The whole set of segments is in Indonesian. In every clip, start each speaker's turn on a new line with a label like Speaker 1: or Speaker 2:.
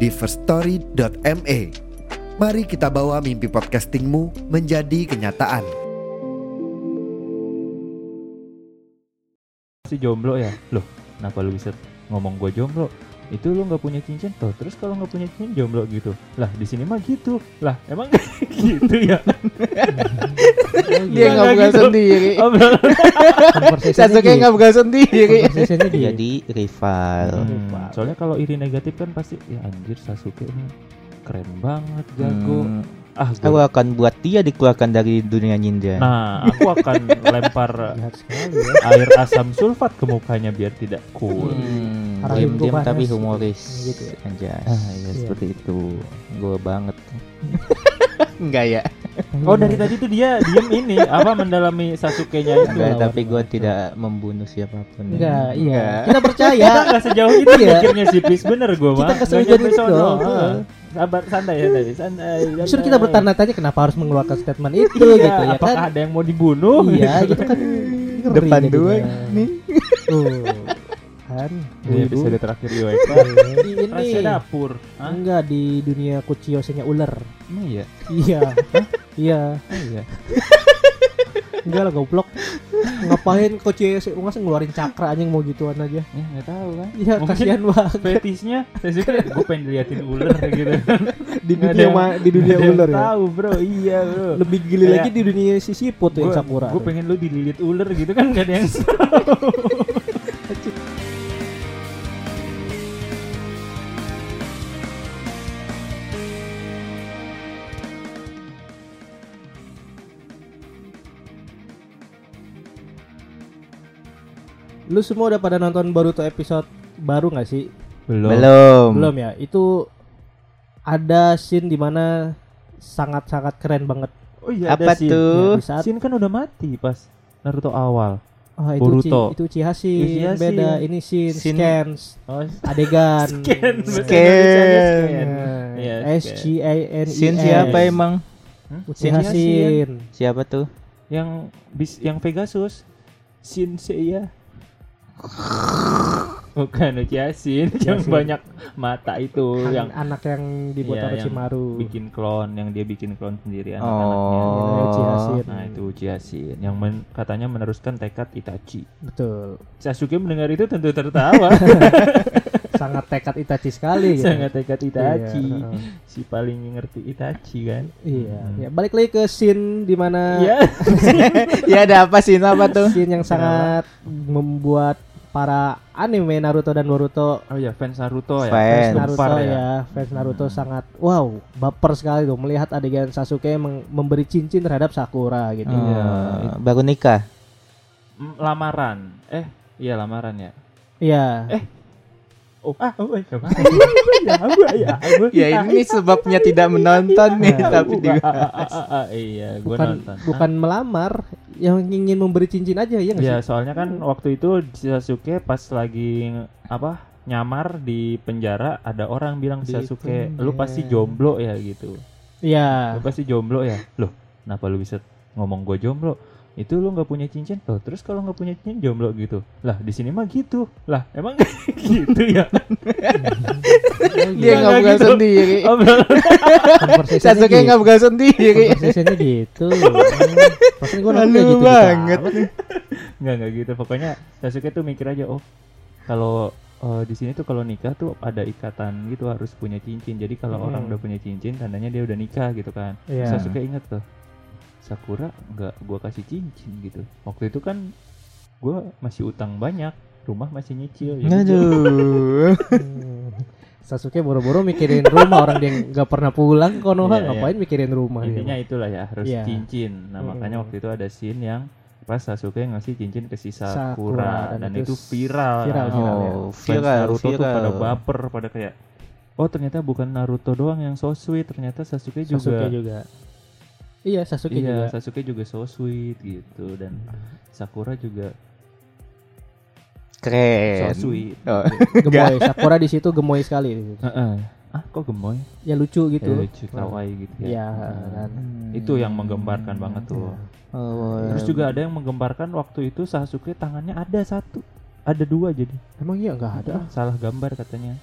Speaker 1: di firststory.me. Mari kita bawa mimpi podcastingmu menjadi kenyataan.
Speaker 2: si jomblo ya loh kenapa lu bisa ngomong gue jomblo itu lu nggak punya cincin tuh terus kalau nggak punya cincin jomblo gitu lah di sini mah gitu lah emang gitu ya
Speaker 3: Dia nggak buka
Speaker 2: gitu.
Speaker 3: sendiri.
Speaker 4: Oh,
Speaker 2: Obrolan-
Speaker 3: Sasuke nggak buka sendiri.
Speaker 5: Konversinya dia
Speaker 4: Iya, jadi rival.
Speaker 2: Hmm, soalnya kalau iri negatif kan pasti ya anjir Sasuke ini keren banget jago
Speaker 4: Hmm,
Speaker 2: ah
Speaker 4: Aku
Speaker 2: gua-
Speaker 4: akan buat dia dikeluarkan dari dunia ninja.
Speaker 2: nah aku akan lempar
Speaker 3: Iya,
Speaker 2: air asam sulfat ke mukanya biar tidak cool
Speaker 4: Hmm,
Speaker 3: Arah
Speaker 4: diam-diam
Speaker 3: hukumannya
Speaker 4: tapi
Speaker 3: sih.
Speaker 4: humoris
Speaker 3: Gitu ya.
Speaker 4: Anjas.
Speaker 2: Ah,
Speaker 4: ya
Speaker 2: iya.
Speaker 4: seperti itu. Gue banget. Enggak ya.
Speaker 2: oh dari tadi tuh dia diem ini apa mendalami Sasuke nya itu
Speaker 4: Enggak, tapi gue tidak membunuh siapapun.
Speaker 3: Enggak, iya.
Speaker 4: Enggak.
Speaker 3: Kita percaya.
Speaker 2: kita nggak sejauh itu
Speaker 3: Iya.
Speaker 2: mikirnya sih please bener gue
Speaker 3: Kita
Speaker 2: mah
Speaker 3: kesulitan
Speaker 2: Nggak nyampe
Speaker 3: itu
Speaker 2: sono.
Speaker 3: dong.
Speaker 2: Heeh. sabar santai ya tadi santai
Speaker 3: Justru kita bertanya-tanya kenapa harus mengeluarkan statement itu
Speaker 2: gitu
Speaker 3: gitu ya
Speaker 2: apakah
Speaker 3: kan?
Speaker 2: ada yang mau dibunuh
Speaker 3: Iya, gitu kan. Ngeri
Speaker 4: Depan
Speaker 3: jadinya.
Speaker 4: dua nih.
Speaker 3: Tuh. Kan.
Speaker 2: Ini
Speaker 3: ibu-ibu.
Speaker 2: episode terakhir di UEFA rahasia
Speaker 3: Ini
Speaker 2: dapur Hah?
Speaker 3: enggak di dunia kuciosenya ular.
Speaker 2: Emang iya
Speaker 3: Iya. Iya.
Speaker 2: Oh, iya
Speaker 3: Enggak lah goblok. Ngapain kuciose masa ngeluarin cakra anjing mau gituan aja.
Speaker 2: ya nggak tahu kan
Speaker 3: Iya,
Speaker 2: Mungkin-
Speaker 3: kasihan banget.
Speaker 2: fetisnya saya suka gue pengen diliatin ular gitu
Speaker 3: Di
Speaker 2: Nggak
Speaker 3: dunia
Speaker 2: ada-
Speaker 3: ma- di dunia
Speaker 2: Nggak ada yang
Speaker 3: ular ya.
Speaker 2: tahu bro iya bro
Speaker 3: Lebih gila
Speaker 2: Kayak-
Speaker 3: lagi di dunia sisiput ya Sakura.
Speaker 2: gue pengen lu dililit ular gitu kan gak ada yang
Speaker 3: Lu semua udah pada nonton baru tuh episode baru nggak sih?
Speaker 4: Belum.
Speaker 3: Belum ya. Itu ada scene dimana sangat-sangat keren banget.
Speaker 2: oh iya ada
Speaker 4: Apa
Speaker 2: Shin.
Speaker 4: tuh?
Speaker 3: Ya, di saat
Speaker 2: Shin kan udah mati pas Naruto awal
Speaker 3: oh, itu
Speaker 2: Boruto. Iya,
Speaker 3: Uchi- itu Uchiha Shin,
Speaker 2: Uchiha Shin.
Speaker 3: beda ini scene,
Speaker 4: Shin.
Speaker 3: scans
Speaker 2: oh
Speaker 3: adegan.
Speaker 2: Scan, bahasa
Speaker 4: Scan.
Speaker 2: Indonesianya scan. Iya,
Speaker 3: S G A N I
Speaker 4: Sin
Speaker 3: N.
Speaker 4: siapa
Speaker 2: ya?
Speaker 4: emang?
Speaker 3: Uchiha
Speaker 2: Shin.
Speaker 3: Shin.
Speaker 4: Siapa tuh?
Speaker 2: yang bis yang Pegasus Shinseiya bukan Uchiha Shin yang
Speaker 3: Shin.
Speaker 2: banyak mata itu
Speaker 3: An-
Speaker 2: yang
Speaker 3: anak yang
Speaker 2: Iya,
Speaker 3: dibuat
Speaker 2: yang
Speaker 3: Orochimaru.
Speaker 2: bikin klon yang dia bikin klon sendiri anak-anaknya
Speaker 3: Ini Uchiha
Speaker 4: Oh.
Speaker 3: Shin.
Speaker 2: nah itu Uchiha Shin yang men- katanya meneruskan tekad Itachi
Speaker 3: Betul.
Speaker 2: Sasuke mendengar itu tentu tertawa
Speaker 3: Sangat tekad Itachi sekali gitu.
Speaker 2: sangat tekad Itachi
Speaker 3: Iya, heeh.
Speaker 2: si paling ngerti Itachi kan
Speaker 3: Iya. Ya, balik lagi ke scene dimana
Speaker 2: ya
Speaker 4: ya ada apa sih? Apa tuh?
Speaker 3: Iya. scene yang sangat membuat para anime Naruto dan Boruto
Speaker 2: oh ya fans Naruto ya
Speaker 4: Fans
Speaker 3: Naruto
Speaker 2: Gempar
Speaker 3: ya. fans Naruto sangat wow baper sekali tuh melihat adegan Sasuke meng- memberi cincin terhadap Sakura gitu.
Speaker 2: Iya.
Speaker 4: Oh, baru nikah.
Speaker 2: Mm, lamaran eh iya lamaran ya
Speaker 3: Iya.
Speaker 2: oh ah oh eh, apa? ya apa, ya apa?
Speaker 4: Ya ini sebabnya tidak menonton nih,
Speaker 2: Ah,
Speaker 4: tapi
Speaker 2: uh,
Speaker 4: dia
Speaker 2: ah, ah, ah, ah, iya gue
Speaker 3: bukan
Speaker 2: nonton
Speaker 3: bukan melamar yang ingin memberi cincin aja ya nggak
Speaker 2: ya
Speaker 3: sih?
Speaker 2: soalnya kan waktu itu Sasuke pas lagi apa nyamar di penjara ada orang bilang
Speaker 3: Di
Speaker 2: Sasuke lu
Speaker 3: penjara."
Speaker 2: pasti jomblo ya gitu
Speaker 3: Iya.
Speaker 2: lu pasti jomblo ya loh kenapa lu bisa ngomong gue jomblo itu lu nggak punya cincin loh terus kalau nggak punya cincin jomblo gitu lah di sini mah gitu lah emang gitu ya
Speaker 3: Dia Iya.
Speaker 4: dia nggak Oh,
Speaker 2: nggak
Speaker 4: buka
Speaker 2: gitu.
Speaker 4: sendiri.
Speaker 2: Obrolan-
Speaker 4: Sasuke nggak buka sendiri.
Speaker 3: prosesnya gitu. Prosesnya gue nonton
Speaker 4: Malu
Speaker 3: kayak gitu, gitu
Speaker 4: banget.
Speaker 2: nggak nggak gitu pokoknya Sasuke tuh mikir aja oh kalau eh, di sini tuh kalau nikah tuh ada ikatan gitu harus punya cincin jadi kalau
Speaker 3: Hmm.
Speaker 2: orang udah punya cincin tandanya dia udah nikah gitu kan
Speaker 3: Iya.
Speaker 2: Sasuke inget tuh Sakura nggak gua kasih cincin gitu waktu itu kan gua masih utang banyak rumah masih nyicil ya gitu.
Speaker 4: Aduh.
Speaker 3: Hmm. Sasuke boro-boro mikirin rumah orang dia nggak pernah pulang
Speaker 2: Iya,
Speaker 3: Konoha
Speaker 2: iya.
Speaker 3: ngapain mikirin rumah dia?
Speaker 2: intinya itulah ya harus
Speaker 3: Iya.
Speaker 2: cincin nah makanya
Speaker 3: Mm-mm.
Speaker 2: waktu itu ada scene yang pas Sasuke ngasih cincin ke si Sakura,
Speaker 3: Sakura,
Speaker 2: dan,
Speaker 3: dan
Speaker 2: itu
Speaker 3: itu
Speaker 2: viral viral,
Speaker 3: viral, viral
Speaker 2: ya.
Speaker 4: Oh,
Speaker 2: Fans
Speaker 4: viral,
Speaker 2: Naruto tuh pada
Speaker 4: viral.
Speaker 2: baper pada kayak oh ternyata bukan Naruto doang yang so sweet ternyata Sasuke juga
Speaker 3: Sasuke juga. Iya, Sasuke
Speaker 2: iya
Speaker 3: juga.
Speaker 2: Sasuke juga so sweet gitu dan Sakura juga so
Speaker 4: Keren.
Speaker 2: sweet Gitu.
Speaker 4: Oh,
Speaker 3: Gemoy. Sakura di situ gemoy sekali. di situ.
Speaker 2: Heeh. ah kok gemoy
Speaker 3: Ya lucu gitu.
Speaker 2: ya, lucu kawaii gitu ya
Speaker 3: Iya,
Speaker 2: Heeh.
Speaker 3: kan.
Speaker 2: itu yang menggembarkan banget tuh
Speaker 4: Oh,
Speaker 2: terus juga ada yang menggembarkan waktu itu Sasuke tangannya ada satu ada dua jadi Hmm,
Speaker 3: Emang iya nggak ada? ah?
Speaker 2: salah gambar katanya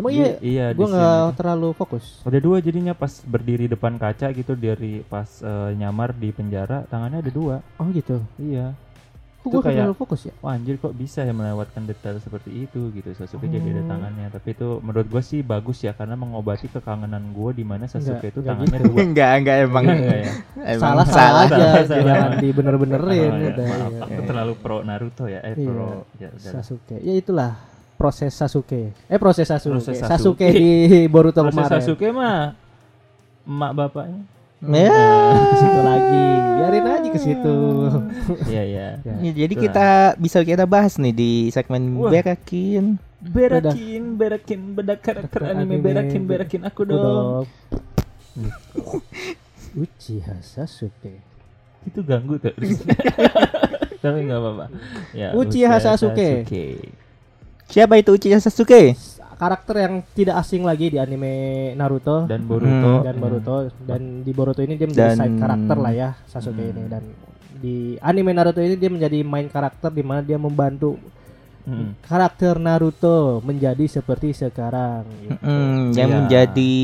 Speaker 3: Emang
Speaker 2: Iya,
Speaker 3: iya.
Speaker 2: iya di
Speaker 3: Gue
Speaker 2: sini.
Speaker 3: nggak terlalu fokus.
Speaker 2: Ada dua jadinya pas berdiri depan kaca gitu dari pas eh, nyamar di penjara tangannya ada dua.
Speaker 3: Oh gitu.
Speaker 2: Iya.
Speaker 3: Kok
Speaker 2: Itu
Speaker 3: gue
Speaker 2: kayak-
Speaker 3: terlalu fokus ya?
Speaker 2: Wah anjir kok bisa ya melewatkan detail seperti itu gitu. Sasuke jadi ada
Speaker 3: Oh.
Speaker 2: tangannya. Tapi itu menurut gue sih bagus ya karena mengobati kekangenan gue di mana Sasuke
Speaker 3: Nggak-
Speaker 2: itu
Speaker 3: nggak
Speaker 2: tangannya
Speaker 3: gitu.
Speaker 2: dua.
Speaker 4: Enggak, enggak emang.
Speaker 2: Enggak ya?
Speaker 4: emang
Speaker 3: Salah salah aja, gitu.
Speaker 2: salah, salah.
Speaker 3: jangan dibener-benerin.
Speaker 2: Oh, ya,
Speaker 3: udah,
Speaker 2: Maaf,
Speaker 3: iya.
Speaker 2: aku terlalu pro Naruto ya. Eh
Speaker 3: Iya.
Speaker 2: pro ya udah. lah.
Speaker 3: Sasuke. Ya itulah proses Sasuke. Eh proses Sasuke.
Speaker 2: Proses
Speaker 3: Sasuke.
Speaker 2: Sasuke.
Speaker 3: di Boruto
Speaker 2: Proses
Speaker 3: kemarin. Sasuke.
Speaker 2: Sasuke mah emak bapaknya.
Speaker 4: Ya.
Speaker 3: Ke
Speaker 2: Ah.
Speaker 3: situ lagi. Biarin aja ke situ.
Speaker 2: Iya iya.
Speaker 4: Ya, jadi
Speaker 2: Itulah.
Speaker 4: kita bisa kita bahas nih di segmen
Speaker 2: Wah.
Speaker 4: berakin.
Speaker 2: Berakin, berakin, bedak karakter anime,
Speaker 3: anime,
Speaker 2: berakin,
Speaker 3: be-
Speaker 2: berakin aku dong.
Speaker 3: Udah. Uchiha Sasuke.
Speaker 2: itu ganggu tuh tapi nggak apa-apa ya,
Speaker 3: Uchiha Sasuke.
Speaker 4: Siapa itu Uchiha Sasuke?
Speaker 3: Karakter yang tidak asing lagi di anime Naruto
Speaker 2: dan Boruto
Speaker 4: Hmm.
Speaker 3: dan Boruto dan di Boruto ini dia
Speaker 4: Dan-
Speaker 3: menjadi
Speaker 4: Hmm.
Speaker 3: side karakter lah ya Sasuke ini dan di anime Naruto ini dia menjadi main karakter di mana dia membantu
Speaker 2: Hmm.
Speaker 3: karakter Naruto menjadi seperti sekarang gitu.
Speaker 4: Hmm, yang
Speaker 2: Iya.
Speaker 4: menjadi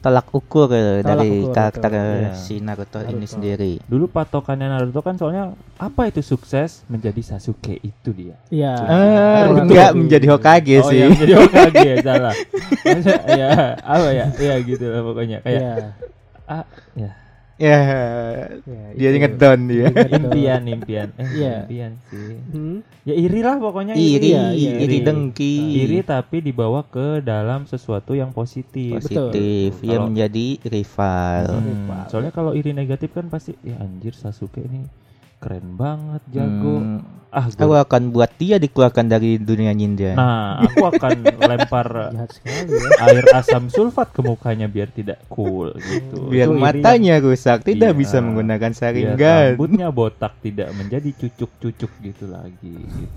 Speaker 4: tolak ukur eh,
Speaker 3: Tolak
Speaker 4: dari
Speaker 3: ukur,
Speaker 4: karakter
Speaker 2: betul.
Speaker 4: eh, si Naruto, ini
Speaker 3: Naruto.
Speaker 4: sendiri.
Speaker 2: dulu patokannya Naruto kan soalnya apa itu sukses menjadi Sasuke itu dia
Speaker 3: Iya.
Speaker 4: Eh,
Speaker 3: Betul.
Speaker 4: enggak menjadi Hokage
Speaker 3: Iya
Speaker 2: oh
Speaker 4: sih.
Speaker 2: ya menjadi Hokage ya salah Masa- ya apa ya ya gitu lah pokoknya kayak
Speaker 3: Iya.
Speaker 2: ah ya
Speaker 4: Ya,
Speaker 3: Iya,
Speaker 4: dia
Speaker 3: itu.
Speaker 4: ngedown dia.
Speaker 3: Ingat dong.
Speaker 2: impian impian eh
Speaker 3: Iya.
Speaker 2: impian sih
Speaker 3: Hmm?
Speaker 2: ya iri lah pokoknya
Speaker 4: Iri,
Speaker 3: iya, iya.
Speaker 4: iri dengki.
Speaker 2: iri tapi dibawa ke dalam sesuatu yang positif iya,
Speaker 4: positif.
Speaker 2: Betul.
Speaker 4: Ia
Speaker 2: Kalau-
Speaker 4: menjadi rival.
Speaker 2: Hmm, soalnya kalau iri negatif kan pasti ya anjir Sasuke ini keren banget jago
Speaker 4: Hmm,
Speaker 2: ah
Speaker 4: Aku
Speaker 2: gua-
Speaker 4: akan buat dia dikeluarkan dari dunia ninja.
Speaker 2: nah aku akan lempar
Speaker 3: Jahat sekali
Speaker 4: iya.
Speaker 3: ya.
Speaker 2: air asam sulfat ke mukanya biar tidak cool gitu
Speaker 4: Biar
Speaker 2: Itu iri
Speaker 4: matanya rusak, tidak
Speaker 2: Iya.
Speaker 4: bisa menggunakan
Speaker 2: yang- biar
Speaker 4: saringan.
Speaker 2: rambutnya botak tidak menjadi cucuk-cucuk gitu lagi gitu.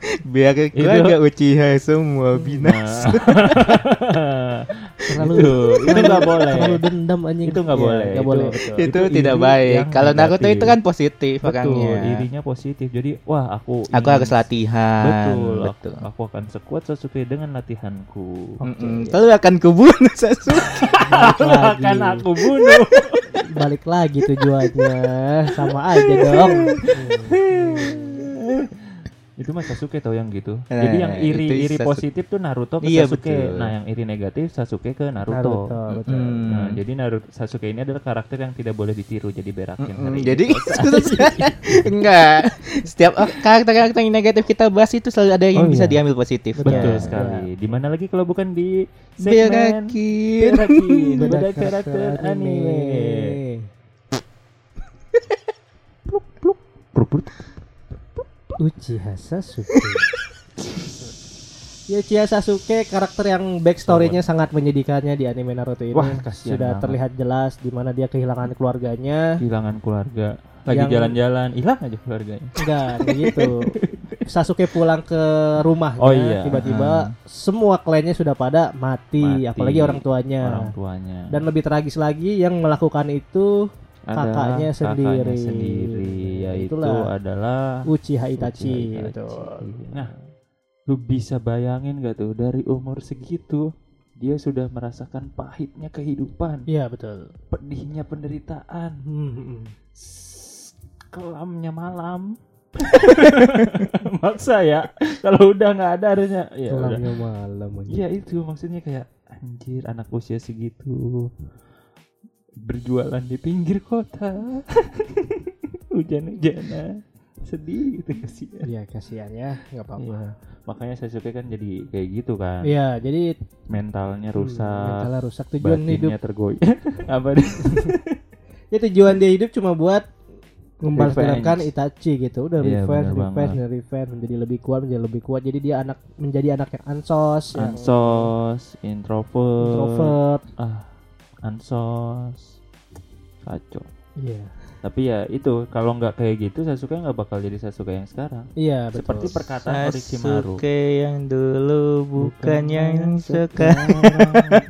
Speaker 4: Biar keluarga Uchiha semua binas.
Speaker 2: Nah.
Speaker 3: Terlalu
Speaker 2: itu Nah. itu nggak boleh
Speaker 3: terlalu dendam anjing.
Speaker 2: itu nggak
Speaker 3: Iya,
Speaker 2: boleh
Speaker 3: nggak boleh.
Speaker 2: betul.
Speaker 4: itu,
Speaker 2: iri
Speaker 4: tidak
Speaker 2: yang
Speaker 4: baik. Kalau Naruto
Speaker 2: negatif.
Speaker 4: itu kan positif
Speaker 2: Betul,
Speaker 4: orangnya.
Speaker 2: irinya positif. Jadi, wah aku
Speaker 4: Aku
Speaker 2: ingin-
Speaker 4: harus latihan.
Speaker 2: Betul, aku-
Speaker 4: betul.
Speaker 2: Aku, akan sekuat Sasuke dengan latihanku.
Speaker 4: Mm-mm. Lalu akan kubunuh Sasuke.
Speaker 3: Balik lagi.
Speaker 2: akan aku bunuh.
Speaker 3: Balik lagi tujuannya. Sama aja dong.
Speaker 2: itu mah Sasuke tau yang gitu.
Speaker 4: Nah,
Speaker 2: Jadi yang iri
Speaker 4: itu
Speaker 2: iri
Speaker 4: Sasuke.
Speaker 2: positif tuh Naruto ke
Speaker 4: Iya,
Speaker 2: Sasuke.
Speaker 4: betul.
Speaker 2: Nah, yang iri negatif Sasuke ke Naruto.
Speaker 3: Naruto, betul.
Speaker 4: Mm.
Speaker 2: Nah, jadi Naruto Sasuke ini adalah karakter yang tidak boleh ditiru jadi berakin hari
Speaker 4: Mm,
Speaker 2: ini.
Speaker 4: Jadi enggak. Setiap or- karakter-karakter yang negatif kita bahas itu selalu ada yang
Speaker 3: Oh,
Speaker 4: bisa
Speaker 3: iya.
Speaker 4: diambil positifnya.
Speaker 2: betul
Speaker 3: Ya,
Speaker 2: sekali. Di mana lagi kalau bukan di segmen
Speaker 4: Berakin.
Speaker 2: Berakin, beda
Speaker 3: Beda
Speaker 2: karakter anime.
Speaker 3: Uchiha Sasuke. Ya Uchiha Sasuke karakter yang backstory-nya sangat menyedihkannya di anime Naruto ini
Speaker 2: Wah, kasihan
Speaker 3: sudah
Speaker 2: banget.
Speaker 3: terlihat jelas di mana dia kehilangan keluarganya.
Speaker 2: kehilangan keluarga lagi
Speaker 3: Yang-
Speaker 2: jalan-jalan hilang aja keluarganya
Speaker 3: Enggak begitu. Sasuke pulang ke rumahnya
Speaker 2: Oh, iya.
Speaker 3: tiba-tiba semua kliennya sudah pada mati,
Speaker 2: Mati.
Speaker 3: apalagi orang tuanya.
Speaker 2: orang tuanya
Speaker 3: Ya. Dan lebih tragis lagi yang melakukan itu
Speaker 2: Adalah
Speaker 3: kakaknya sendiri.
Speaker 2: sendiri, yaitu
Speaker 3: Itulah.
Speaker 2: adalah
Speaker 3: Uchiha
Speaker 2: Itachi,
Speaker 3: Itachi,
Speaker 2: Itachi.
Speaker 3: betul.
Speaker 2: nah lu bisa bayangin gak tuh dari umur segitu dia sudah merasakan pahitnya kehidupan
Speaker 3: Iya betul.
Speaker 2: pedihnya penderitaan
Speaker 3: Hmm.
Speaker 2: s- kelamnya malam maksa ya kalau udah nggak ada harusnya ya udah.
Speaker 3: Kelamnya malam aja.
Speaker 2: Iya itu maksudnya kayak anjir anak usia segitu berjualan di pinggir kota hujan-hujanan sedih gitu kasihan.
Speaker 3: Iya kasihan ya, nggak apa-apa.
Speaker 2: Iya. Makanya Sasuke kan jadi kayak gitu kan.
Speaker 3: Iya, jadi
Speaker 2: Mentalnya
Speaker 3: hmm,
Speaker 2: rusak,
Speaker 3: mentalnya rusak tujuan
Speaker 2: batinnya
Speaker 3: hidup.
Speaker 2: tergoyah. Apa nih?
Speaker 3: Ya tujuan dia hidup cuma buat membalas dendamkan
Speaker 4: Revenge.
Speaker 3: Itachi gitu udah
Speaker 2: Iya,
Speaker 3: revenge
Speaker 2: benar
Speaker 3: revenge
Speaker 2: banget.
Speaker 3: dan revenge menjadi lebih kuat menjadi lebih kuat jadi dia anak menjadi anak yang ansos yang
Speaker 2: ansos introvert,
Speaker 3: introvert
Speaker 2: ah ansos kacau
Speaker 3: iya
Speaker 2: tapi ya itu kalau nggak kayak gitu Sasuke nggak bakal jadi Sasuke yang sekarang
Speaker 3: iya betul
Speaker 2: seperti perkataan Orochimaru
Speaker 4: Sasuke yang dulu bukan yang suka
Speaker 2: sekarang.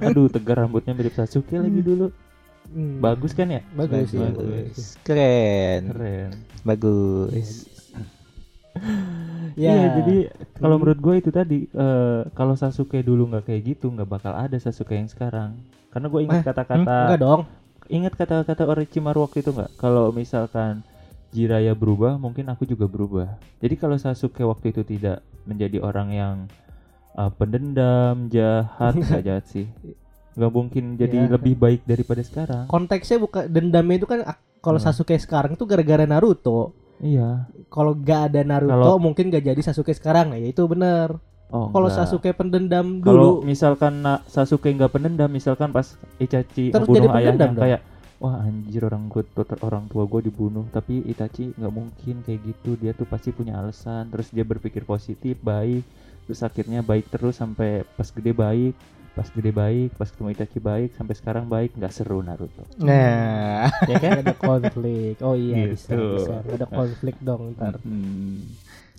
Speaker 2: aduh tegar rambutnya mirip Sasuke lagi dulu
Speaker 3: Hmm.
Speaker 2: bagus kan ya
Speaker 3: bagus iya,
Speaker 2: Bagus.
Speaker 3: bagus.
Speaker 4: Keren
Speaker 2: keren
Speaker 4: Bagus
Speaker 3: Iya. hmm.
Speaker 2: Iya, jadi kalau menurut gue itu tadi eh, kalau Sasuke dulu nggak kayak gitu nggak bakal ada Sasuke yang sekarang. Karena gue
Speaker 3: Eh,
Speaker 2: ingat
Speaker 3: Hmm, enggak
Speaker 2: kata-kata
Speaker 3: dong
Speaker 2: ingat kata-kata Orochimaru waktu itu nggak? Kalau misalkan Jiraya berubah, mungkin aku juga berubah. Jadi kalau Sasuke waktu itu tidak menjadi orang yang eh, pendendam, jahat, nggak jahat sih. Nggak mungkin jadi
Speaker 3: Iya.
Speaker 2: lebih baik daripada sekarang.
Speaker 3: konteksnya bukan dendamnya itu kan ak- kalau
Speaker 2: Hmm.
Speaker 3: Sasuke sekarang tuh gara-gara Naruto
Speaker 2: Iya.
Speaker 3: kalau gak ada Naruto
Speaker 2: Kalau-
Speaker 3: mungkin gak jadi Sasuke sekarang ya itu bener
Speaker 2: Oh,
Speaker 3: kalau
Speaker 2: nggak.
Speaker 3: Sasuke pendendam
Speaker 2: Kalau
Speaker 3: dulu
Speaker 2: misalkan na- Sasuke nggak pendendam, misalkan pas Itachi
Speaker 3: Terus
Speaker 2: membunuh
Speaker 3: jadi pendendam
Speaker 2: ayahnya
Speaker 3: dong.
Speaker 2: kayak wah anjir orang gue orang tua gue dibunuh, tapi Itachi nggak mungkin kayak gitu. Dia tuh pasti punya alasan. Terus dia berpikir positif, baik. Terus akhirnya baik terus sampai pas gede baik, pas gede baik, pas ketemu Itachi baik, sampai sekarang baik. Nggak seru Naruto.
Speaker 4: Nah
Speaker 3: ya kan ada konflik oh iya bisa
Speaker 2: Gitu.
Speaker 3: bisa Nggak ada konflik dong ntar
Speaker 2: Hmm.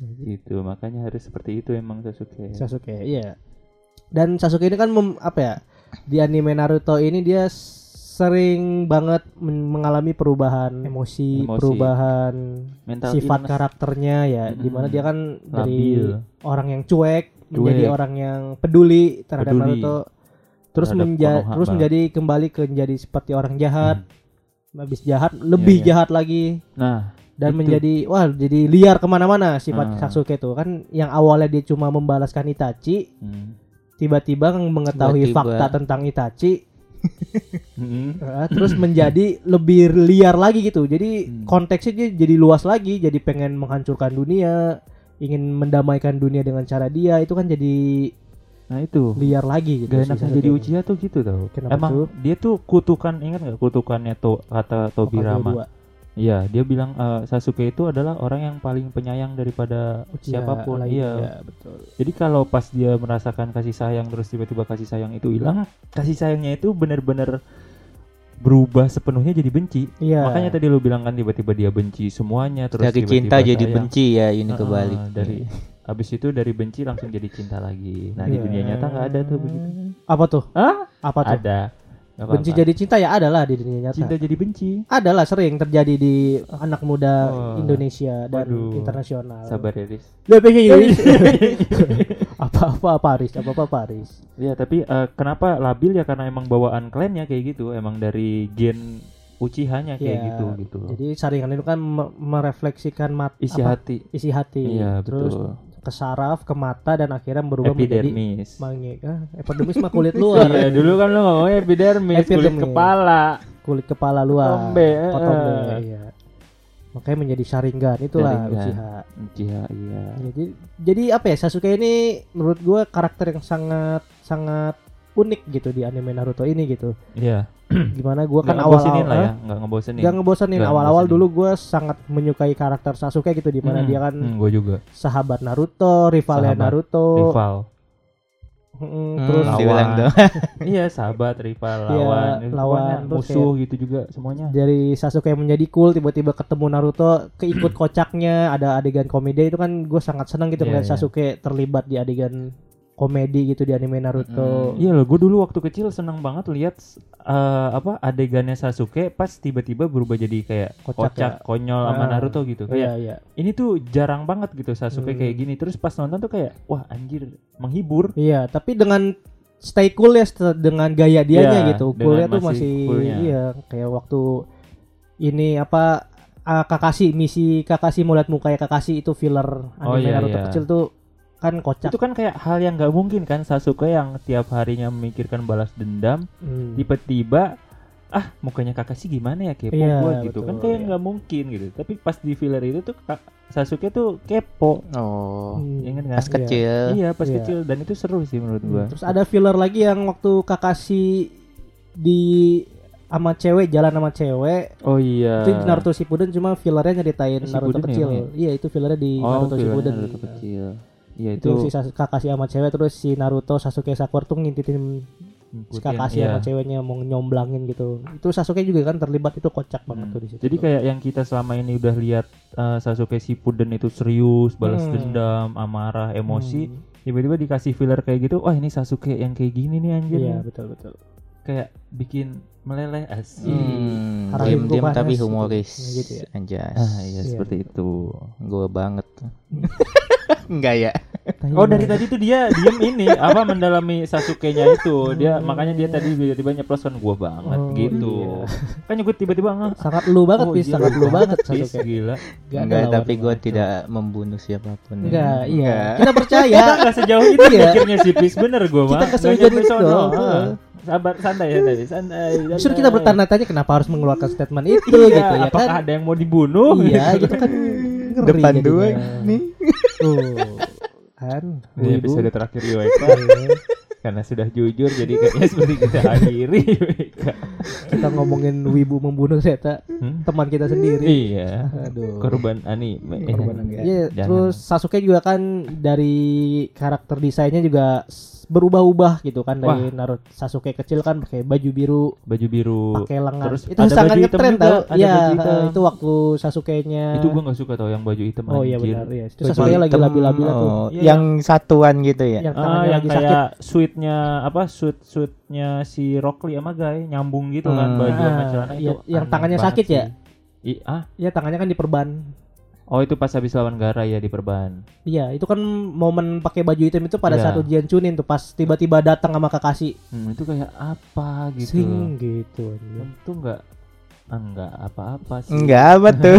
Speaker 2: Gitu makanya harus seperti itu emang Sasuke.
Speaker 3: Sasuke iya dan Sasuke ini kan mem- apa ya di anime Naruto ini dia sering banget men- mengalami perubahan emosi,
Speaker 2: Emosi.
Speaker 3: perubahan
Speaker 2: Mental
Speaker 3: sifat
Speaker 2: illness.
Speaker 3: karakternya ya
Speaker 2: Mm-mm.
Speaker 3: dimana dia kan dari
Speaker 2: Labil.
Speaker 3: orang yang cuek, menjadi
Speaker 2: Cuek.
Speaker 3: orang yang peduli terhadap
Speaker 2: Peduli.
Speaker 3: Naruto terus
Speaker 2: Terhadap
Speaker 3: menja-
Speaker 2: Konoha
Speaker 3: terus
Speaker 2: banget. Mm.
Speaker 3: menjadi kembali ke menjadi seperti orang jahat habis jahat lebih
Speaker 2: iya.
Speaker 3: jahat lagi
Speaker 2: Nah, Itu.
Speaker 3: dan menjadi wah jadi liar kemana-mana sifat
Speaker 2: Ah.
Speaker 3: Sasuke itu kan yang awalnya dia cuma membalaskan Itachi
Speaker 2: hmm.
Speaker 3: tiba-tiba mengetahui
Speaker 4: Tiba-tiba.
Speaker 3: fakta tentang Itachi
Speaker 2: Hmm.
Speaker 3: eh, terus menjadi lebih liar lagi gitu jadi
Speaker 2: Hmm.
Speaker 3: konteksnya dia jadi luas lagi jadi pengen menghancurkan dunia ingin mendamaikan dunia dengan cara dia itu kan jadi
Speaker 2: nah itu.
Speaker 3: liar lagi gitu
Speaker 2: Gak
Speaker 3: si
Speaker 2: enaknya
Speaker 3: Sasuke
Speaker 2: jadi
Speaker 3: ini.
Speaker 2: Uchiha tuh gitu tau
Speaker 3: Kenapa
Speaker 2: Emang
Speaker 3: tuh?
Speaker 2: dia tuh kutukan Ingat gak kutukannya tuh kata
Speaker 3: Hokage
Speaker 2: Tobirama
Speaker 3: dua.
Speaker 2: Iya dia bilang eh, Sasuke itu adalah orang yang paling penyayang daripada
Speaker 3: Uchiha
Speaker 2: siapapun
Speaker 3: lain.
Speaker 2: Iya
Speaker 3: Iya, betul
Speaker 2: Jadi kalau pas dia merasakan kasih sayang Terus tiba-tiba kasih sayang itu hilang Kasih sayangnya itu benar-benar berubah sepenuhnya jadi benci
Speaker 3: iya
Speaker 2: Makanya tadi lu bilang kan tiba-tiba dia benci semuanya Terus
Speaker 4: Dari
Speaker 2: tiba-tiba
Speaker 4: cinta jadi
Speaker 2: sayang.
Speaker 4: benci ya ini
Speaker 2: Heeh,
Speaker 4: kebalik Iya.
Speaker 2: Dari Abis itu dari benci langsung jadi cinta lagi Nah di
Speaker 3: Iya.
Speaker 2: dunia nyata nggak ada tuh begitu
Speaker 3: apa tuh
Speaker 2: Hah?
Speaker 3: apa tuh
Speaker 2: Ada Nggak
Speaker 3: benci
Speaker 2: apa-apa.
Speaker 3: jadi cinta ya adalah di dunia nyata
Speaker 2: cinta jadi benci
Speaker 3: adalah sering terjadi di anak muda
Speaker 2: Oh.
Speaker 3: Indonesia dan
Speaker 2: Waduh.
Speaker 3: internasional.
Speaker 2: sabar ya Riz
Speaker 3: apa-apa Paris, apa-apa Paris.
Speaker 2: ya tapi eh, kenapa labil ya karena emang bawaan klannya kayak gitu emang dari gen Uchiha-nya kayak
Speaker 3: Ya,
Speaker 2: gitu gitu loh.
Speaker 3: Jadi saringan itu kan me- merefleksikan mat-
Speaker 2: isi
Speaker 3: apa?
Speaker 2: hati
Speaker 3: isi hati.
Speaker 2: iya
Speaker 3: Terus
Speaker 2: betul
Speaker 3: ke saraf, ke mata dan akhirnya berubah menjadi
Speaker 2: epidermis
Speaker 3: mange. Ah, epidermis mah kulit
Speaker 2: iya
Speaker 3: luar,
Speaker 2: dulu kan lo ngomongnya epidermis, kulit
Speaker 3: Epidermis.
Speaker 2: kepala
Speaker 3: kulit kepala luar.
Speaker 2: Otombe, eh,
Speaker 3: Otombe,
Speaker 2: eh.
Speaker 3: iya. Makanya menjadi saringan itulah
Speaker 2: Sharingan.
Speaker 3: Uchiha.
Speaker 2: Uchiha iya
Speaker 3: Jadi jadi apa ya Sasuke ini menurut gua karakter yang sangat sangat unik gitu di anime Naruto ini gitu.
Speaker 2: iya
Speaker 3: Gimana gua
Speaker 2: nggak
Speaker 3: kan
Speaker 2: ngebosenin lah ya
Speaker 3: awal-awal
Speaker 2: nggak ngebosenin
Speaker 3: Gak ngebosenin
Speaker 2: Nggak
Speaker 3: awal-awal
Speaker 2: ngebosenin.
Speaker 3: dulu gua sangat menyukai karakter Sasuke gitu di mana
Speaker 2: Mm,
Speaker 3: dia kan
Speaker 2: mm, gua juga
Speaker 3: sahabat Naruto, rivalnya
Speaker 2: Sahabat,
Speaker 3: Naruto,
Speaker 2: rival
Speaker 3: Mm,
Speaker 4: Hmm,
Speaker 3: terus
Speaker 2: lawan.
Speaker 4: dibilang dong.
Speaker 2: iya sahabat rival
Speaker 3: Iya,
Speaker 2: lawan Itu
Speaker 3: lawan,
Speaker 2: pokoknya
Speaker 3: terus
Speaker 2: musuh gitu juga semuanya
Speaker 3: dari Sasuke yang menjadi cool tiba-tiba ketemu Naruto keikut kocaknya ada adegan komedi itu kan gue sangat senang gitu
Speaker 2: Iya,
Speaker 3: melihat
Speaker 2: iya.
Speaker 3: Sasuke terlibat di adegan komedi gitu di anime Naruto.
Speaker 2: Iya loh, gue dulu waktu kecil seneng banget lihat eh, apa adegannya Sasuke pas tiba-tiba berubah jadi kayak
Speaker 3: Kocak
Speaker 2: kocak,
Speaker 3: ya?
Speaker 2: konyol sama
Speaker 3: Ah,
Speaker 2: Naruto gitu. Kayak
Speaker 3: Iya iya.
Speaker 2: ini tuh jarang banget gitu Sasuke
Speaker 3: Hmm.
Speaker 2: kayak gini. Terus pas nonton tuh kayak wah anjir menghibur.
Speaker 3: Iya, tapi dengan stay cool ya st- dengan gaya
Speaker 2: Iya,
Speaker 3: dianya gitu.
Speaker 2: dengan
Speaker 3: Coolnya tuh
Speaker 2: masih
Speaker 3: masih
Speaker 2: coolnya.
Speaker 3: iya kayak waktu ini apa ah, Kakashi misi Kakashi melihat mukanya Kakashi itu filler anime
Speaker 2: Oh, iya,
Speaker 3: Naruto
Speaker 2: iya.
Speaker 3: kecil tuh kan kocak.
Speaker 2: Itu kan kayak hal yang nggak mungkin kan Sasuke yang tiap harinya memikirkan balas dendam
Speaker 3: Hmm.
Speaker 2: tiba-tiba ah mukanya Kakashi gimana ya kepo
Speaker 3: Iya,
Speaker 2: gua gitu
Speaker 3: betul,
Speaker 2: kan kayak
Speaker 3: iya.
Speaker 2: nggak mungkin gitu. Tapi pas di filler itu tuh Kak- Sasuke tuh kepo.
Speaker 4: Oh
Speaker 3: Hmm.
Speaker 2: Ingat
Speaker 4: Pas
Speaker 2: nggak?
Speaker 3: Iya.
Speaker 4: kecil
Speaker 2: Iya pas
Speaker 3: Iya.
Speaker 2: kecil dan itu seru sih menurut
Speaker 3: Hmm,
Speaker 2: gua.
Speaker 3: Terus ada filler lagi yang waktu Kakashi di sama cewek jalan sama cewek
Speaker 2: Oh iya.
Speaker 3: itu di Naruto Shippuden cuma fillernya nyeritain
Speaker 2: Shippuden
Speaker 3: Naruto
Speaker 2: ya,
Speaker 3: kecil
Speaker 2: Bang, ya?
Speaker 3: iya itu fillernya di
Speaker 2: oh,
Speaker 3: Naruto
Speaker 2: filmnya
Speaker 3: Shippuden
Speaker 2: Naruto kecil. Iya
Speaker 3: itu,
Speaker 2: itu.
Speaker 3: si Sas- Kakashi sama cewek terus si Naruto Sasuke Sakura tuh ngintipin si
Speaker 2: ngikutin,
Speaker 3: Kakashi
Speaker 2: iya.
Speaker 3: sama ceweknya mau nyomblangin gitu itu Sasuke juga kan terlibat itu kocak banget
Speaker 2: Hmm.
Speaker 3: tuh di situ
Speaker 2: Jadi kayak yang kita selama ini udah lihat eh, Sasuke Shippuden itu serius, balas
Speaker 3: Hmm.
Speaker 2: dendam, amarah, emosi,
Speaker 3: Hmm.
Speaker 2: tiba-tiba dikasih filler kayak gitu, wah ini Sasuke yang kayak gini nih anjir.
Speaker 3: iya betul betul
Speaker 2: Kayak bikin meleleh asik.
Speaker 4: Hmm,
Speaker 3: Harap
Speaker 4: diam diam
Speaker 3: hidupku
Speaker 4: tapi
Speaker 3: panas,
Speaker 4: humoris
Speaker 3: gitu. Gitu ya.
Speaker 4: anjas
Speaker 2: Ah iya
Speaker 3: Iya,
Speaker 2: seperti itu.
Speaker 4: gue banget enggak ya
Speaker 2: Oh dari
Speaker 3: iya.
Speaker 2: tadi tuh dia diem ini apa mendalami Sasuke-nya itu. Dia makanya dia tadi tiba-tiba nyeploskan gua banget
Speaker 3: Oh,
Speaker 2: gitu. Kan gue tiba-tiba ngeh.
Speaker 3: sangat lu banget
Speaker 2: Oh,
Speaker 3: bis
Speaker 2: iya,
Speaker 3: sangat lu
Speaker 2: iya.
Speaker 3: banget
Speaker 2: Bis,
Speaker 3: Sasuke
Speaker 2: gila.
Speaker 3: Nggak ada
Speaker 4: enggak
Speaker 3: lawan
Speaker 4: tapi
Speaker 3: yang
Speaker 4: gue
Speaker 3: lawan.
Speaker 4: tidak membunuh siapapun
Speaker 3: enggak
Speaker 4: ya.
Speaker 3: iya
Speaker 4: Nggak.
Speaker 3: kita percaya
Speaker 2: Kita nggak sejauh itu
Speaker 3: Iya.
Speaker 2: mikirnya sih Pis bener gue mah. Nggak
Speaker 3: kesulitan
Speaker 2: nyampe
Speaker 3: gitu
Speaker 2: sono.
Speaker 3: dong.
Speaker 2: Heeh. Sabar santai ya tadi santai.
Speaker 3: justru kita bertanya-tanya kenapa harus mengeluarkan statement itu
Speaker 2: gitu
Speaker 3: gitu ya
Speaker 2: Apakah
Speaker 3: kan
Speaker 2: ada yang mau dibunuh?
Speaker 3: iya gitu kan ngeri
Speaker 4: depan dua
Speaker 3: jadinya.
Speaker 4: nih
Speaker 3: tuh kan
Speaker 2: Ini
Speaker 3: ibu-ibu.
Speaker 2: episode terakhir IWK karena sudah jujur jadi kayaknya seperti kita akhiri IWK.
Speaker 3: kita ngomongin wibu membunuh ternyata
Speaker 2: Hmm?
Speaker 3: teman kita sendiri
Speaker 2: Iya.
Speaker 3: aduh
Speaker 2: Korban anime.
Speaker 3: Korban
Speaker 4: anime.
Speaker 3: Iya,
Speaker 2: Jangan.
Speaker 3: terus Sasuke juga kan dari karakter desainnya juga s- berubah-ubah gitu kan dari Naruto Sasuke kecil kan pakai baju biru,
Speaker 2: Baju biru.
Speaker 3: pakai lengan.
Speaker 2: Terus
Speaker 3: itu
Speaker 2: ada
Speaker 3: sangat
Speaker 2: baju hitam
Speaker 3: ngetren
Speaker 2: juga,
Speaker 3: tau.
Speaker 2: ada
Speaker 3: Iya,
Speaker 2: baju hitam.
Speaker 3: eh, itu waktu Sasuke-nya
Speaker 2: itu gua nggak suka tau yang baju hitam
Speaker 3: Oh iya
Speaker 2: anjir.
Speaker 3: benar, iya. Itu
Speaker 2: Baju
Speaker 3: Sasuke lagi
Speaker 4: Hitam,
Speaker 3: labil-labil tuh.
Speaker 4: oh,
Speaker 2: Iya.
Speaker 4: yang satuan gitu ya
Speaker 3: Yang
Speaker 2: Ah,
Speaker 3: tangannya
Speaker 2: yang
Speaker 3: lagi sakit.
Speaker 2: kayak suitnya apa suit suitnya si Rockly sama Guy nyambung gitu kan
Speaker 4: Hmm.
Speaker 2: baju sama
Speaker 3: Ah,
Speaker 2: celana
Speaker 3: iya,
Speaker 2: itu
Speaker 3: yang
Speaker 2: aneh
Speaker 3: tangannya
Speaker 2: banget
Speaker 3: sakit ya?
Speaker 2: sih. I- ah
Speaker 3: Iya, tangannya kan diperban.
Speaker 2: oh itu pas habis lawan Gara ya di perban
Speaker 3: Iya, itu kan momen pakai baju hitam itu pada
Speaker 2: Iya.
Speaker 3: saat ujian Chunin tuh pas tiba-tiba datang sama Kakashi.
Speaker 2: Hmm, itu kayak apa gitu
Speaker 3: Sing gitu. anjir.
Speaker 2: itu nggak ah, nggak apa-apa sih
Speaker 4: enggak apa tuh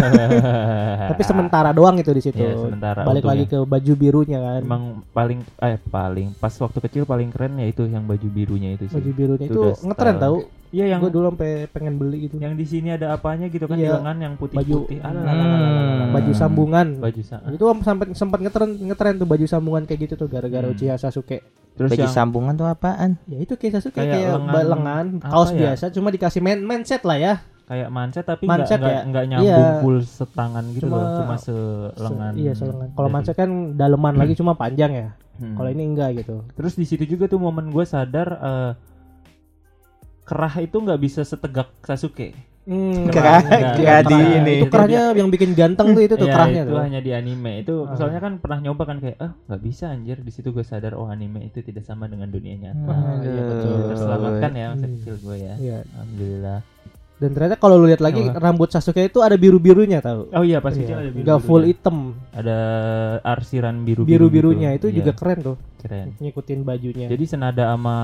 Speaker 3: Tapi sementara doang itu di situ.
Speaker 2: Nah. Iya, sementara
Speaker 3: Balik lagi ke baju birunya kan.
Speaker 2: emang paling eh paling pas waktu kecil paling keren ya itu yang baju birunya itu
Speaker 3: baju
Speaker 2: sih
Speaker 3: birunya
Speaker 2: Itu
Speaker 3: itu
Speaker 2: udah
Speaker 3: ngetren
Speaker 2: style.
Speaker 3: tau
Speaker 2: iya yang
Speaker 3: gue dulu sampai pengen beli gitu
Speaker 2: yang di sini ada apanya gitu kan di
Speaker 3: Iya.
Speaker 2: lengan yang Ah, putih
Speaker 3: Baju-
Speaker 2: putih
Speaker 4: Hmm.
Speaker 3: baju sambungan
Speaker 2: baju sa-
Speaker 3: itu sempat sempat ngetren ngetren tuh baju sambungan kayak gitu tuh gara-gara
Speaker 2: Hmm.
Speaker 3: Uchiha Sasuke
Speaker 2: terus
Speaker 4: bagi
Speaker 2: yang
Speaker 4: sambungan tuh apaan
Speaker 3: ya itu kayak Sasuke
Speaker 2: Kayak
Speaker 3: kayak,
Speaker 2: lengan-
Speaker 3: ba- lengan,
Speaker 2: apa
Speaker 3: kaos
Speaker 2: ya?
Speaker 3: biasa cuma dikasih main mindset lah ya
Speaker 2: kayak manset tapi nggak
Speaker 3: Manset
Speaker 2: nggak
Speaker 3: ya?
Speaker 2: nggak nyambung
Speaker 3: Iya.
Speaker 2: full setangan gitu
Speaker 3: Cuma-
Speaker 2: loh cuma selengan
Speaker 3: Se- iya selengan kalau
Speaker 2: Jadi-
Speaker 3: mindset kan daleman lagi cuma panjang ya
Speaker 2: Hmm.
Speaker 3: kalau ini enggak gitu
Speaker 2: terus di situ juga tuh momen gue sadar eh, kerah itu nggak bisa setegak Sasuke
Speaker 3: hmm,
Speaker 4: Kerah-
Speaker 3: kerahnya.
Speaker 4: kerah di
Speaker 3: Kerahnya.
Speaker 4: ini.
Speaker 3: Itu kerahnya yang bikin ganteng tuh itu tuh
Speaker 2: Iya,
Speaker 3: kerahnya
Speaker 2: itu
Speaker 3: tuh
Speaker 2: hanya di anime itu
Speaker 3: Ah.
Speaker 2: soalnya kan pernah nyoba kan kayak ah nggak bisa anjir di situ gue sadar oh anime itu tidak sama dengan dunia nyata
Speaker 3: Ah, iya, betul.
Speaker 4: Aduh.
Speaker 2: terselamatkan ya masa
Speaker 3: Hmm.
Speaker 2: kecil gue ya
Speaker 3: Iya.
Speaker 2: alhamdulillah
Speaker 3: dan ternyata kalau lu lihat lagi
Speaker 2: Apa?
Speaker 3: rambut Sasuke itu ada biru-birunya tau
Speaker 2: oh iya pas kecil
Speaker 3: Iya,
Speaker 2: ada biru
Speaker 3: nggak full hitam
Speaker 2: ada arsiran gitu. Iya. biru
Speaker 3: biru-birunya itu juga keren tuh
Speaker 2: keren
Speaker 3: ngikutin bajunya
Speaker 2: Iya. Jadi senada sama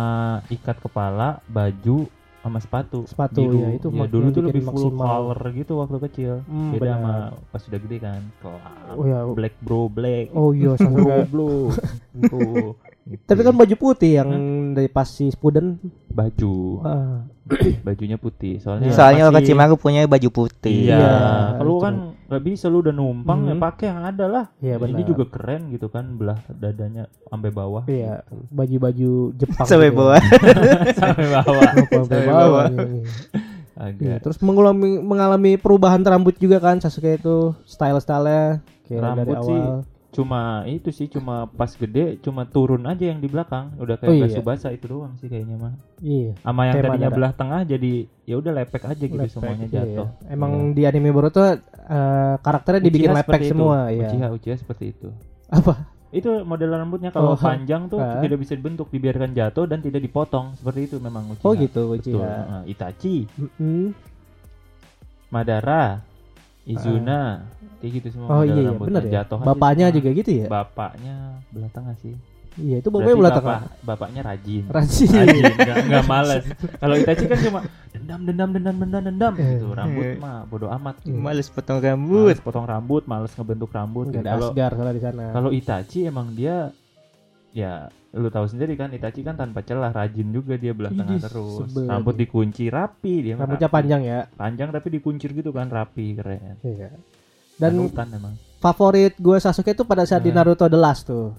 Speaker 2: ikat kepala, baju, sama sepatu.
Speaker 3: Sepatu, ya, itu
Speaker 2: ya,
Speaker 3: makanya
Speaker 2: dulu tuh
Speaker 3: bikin
Speaker 2: lebih full
Speaker 3: maksimal.
Speaker 2: color gitu waktu kecil.
Speaker 3: Hmm,
Speaker 2: Beda
Speaker 3: benar.
Speaker 2: sama pas sudah gede kan. Kelam.
Speaker 3: Oh ya.
Speaker 2: Black bro black.
Speaker 3: Oh iya,
Speaker 2: Bro
Speaker 3: Sasuke.
Speaker 2: bro. Gitu. bro.
Speaker 3: Tapi kan baju putih yang dari pas si Spuden.
Speaker 2: baju,
Speaker 3: ah,
Speaker 2: bajunya putih. Soalnya
Speaker 4: soalnya
Speaker 2: Iya, pasti-
Speaker 4: waktu kecil aku punya baju putih
Speaker 2: Iya,
Speaker 3: Iya,
Speaker 2: kalau
Speaker 3: itu.
Speaker 2: kan nggak bisa lu udah numpang ya
Speaker 3: Mhm.
Speaker 2: pakai yang ada lah.
Speaker 3: Iya,
Speaker 2: Ini
Speaker 3: benar.
Speaker 2: juga keren gitu kan belah dadanya sampai bawah.
Speaker 3: iya, baju-baju Jepang.
Speaker 4: sampai
Speaker 3: gitu.
Speaker 4: bawah
Speaker 2: sampai bawah.
Speaker 3: Sampai bawah. iya. Iya,
Speaker 2: Agak
Speaker 3: terus mengalami mengalami perubahan rambut juga kan Sasuke itu style-stylenya kayak dari
Speaker 2: Rambut sih
Speaker 3: awal.
Speaker 2: cuma itu sih cuma pas gede cuma turun aja yang di belakang udah kayak
Speaker 3: Oh, iya.
Speaker 2: Tsubasa itu doang sih kayaknya mah
Speaker 3: Iya.
Speaker 2: sama yang
Speaker 3: Kayak
Speaker 2: tadinya
Speaker 3: Madara.
Speaker 2: belah tengah jadi ya udah lepek aja gitu
Speaker 3: lepek,
Speaker 2: semuanya
Speaker 3: iya.
Speaker 2: jatuh
Speaker 3: Emang di anime Boruto eh, karakternya dibikin lepek semua
Speaker 2: ya
Speaker 3: ya.
Speaker 2: Uchiha Uchiha seperti itu
Speaker 3: Apa?
Speaker 2: itu model rambutnya kalau
Speaker 3: Oh,
Speaker 2: panjang tuh
Speaker 3: ah.
Speaker 2: tidak bisa dibentuk dibiarkan jatuh dan tidak dipotong seperti itu memang Uchiha
Speaker 3: Oh gitu
Speaker 2: Betul.
Speaker 3: Uchiha.
Speaker 2: Nah, Itachi
Speaker 3: Mm-mm.
Speaker 2: Madara Izuna kayak gitu semua
Speaker 3: Ah. Oh
Speaker 2: model
Speaker 3: iya, iya
Speaker 2: rambutnya
Speaker 3: benar ya.
Speaker 2: jatuh aja
Speaker 3: Bapaknya
Speaker 2: semua.
Speaker 3: juga gitu ya?
Speaker 2: bapaknya belah tengah sih
Speaker 3: Iya, itu
Speaker 2: Berarti
Speaker 3: bapaknya belah tengah.
Speaker 2: bapak- bapaknya rajin
Speaker 3: Rajin.
Speaker 2: Rajin, nggak nggak malas. Kalau Itachi kan cuma dendam dendam dendam dendam dendam
Speaker 3: Eh.
Speaker 2: gitu. Rambut
Speaker 4: Eh.
Speaker 2: mah bodo amat.
Speaker 3: Iya.
Speaker 4: males potong
Speaker 2: Males
Speaker 4: rambut
Speaker 2: potong rambut, males ngebentuk rambut.
Speaker 3: Enggak
Speaker 2: gitu.
Speaker 3: ada
Speaker 2: Kalau
Speaker 3: Asgar salah di sana.
Speaker 2: kalau Itachi emang dia ya lu tahu sendiri kan Itachi kan tanpa celah rajin juga dia belah
Speaker 3: Ih,
Speaker 2: tengah
Speaker 3: dia
Speaker 2: terus.
Speaker 3: sebel
Speaker 2: Rambut
Speaker 3: dia.
Speaker 2: dikunci rapi dia. mah
Speaker 3: Rambutnya
Speaker 2: rapi.
Speaker 3: panjang ya.
Speaker 2: Panjang tapi dikuncir gitu kan rapi keren.
Speaker 3: Iya. Dan
Speaker 2: Panutan emang.
Speaker 3: favorit gue Sasuke itu pada saat di
Speaker 2: Nah.
Speaker 3: Naruto The Last tuh.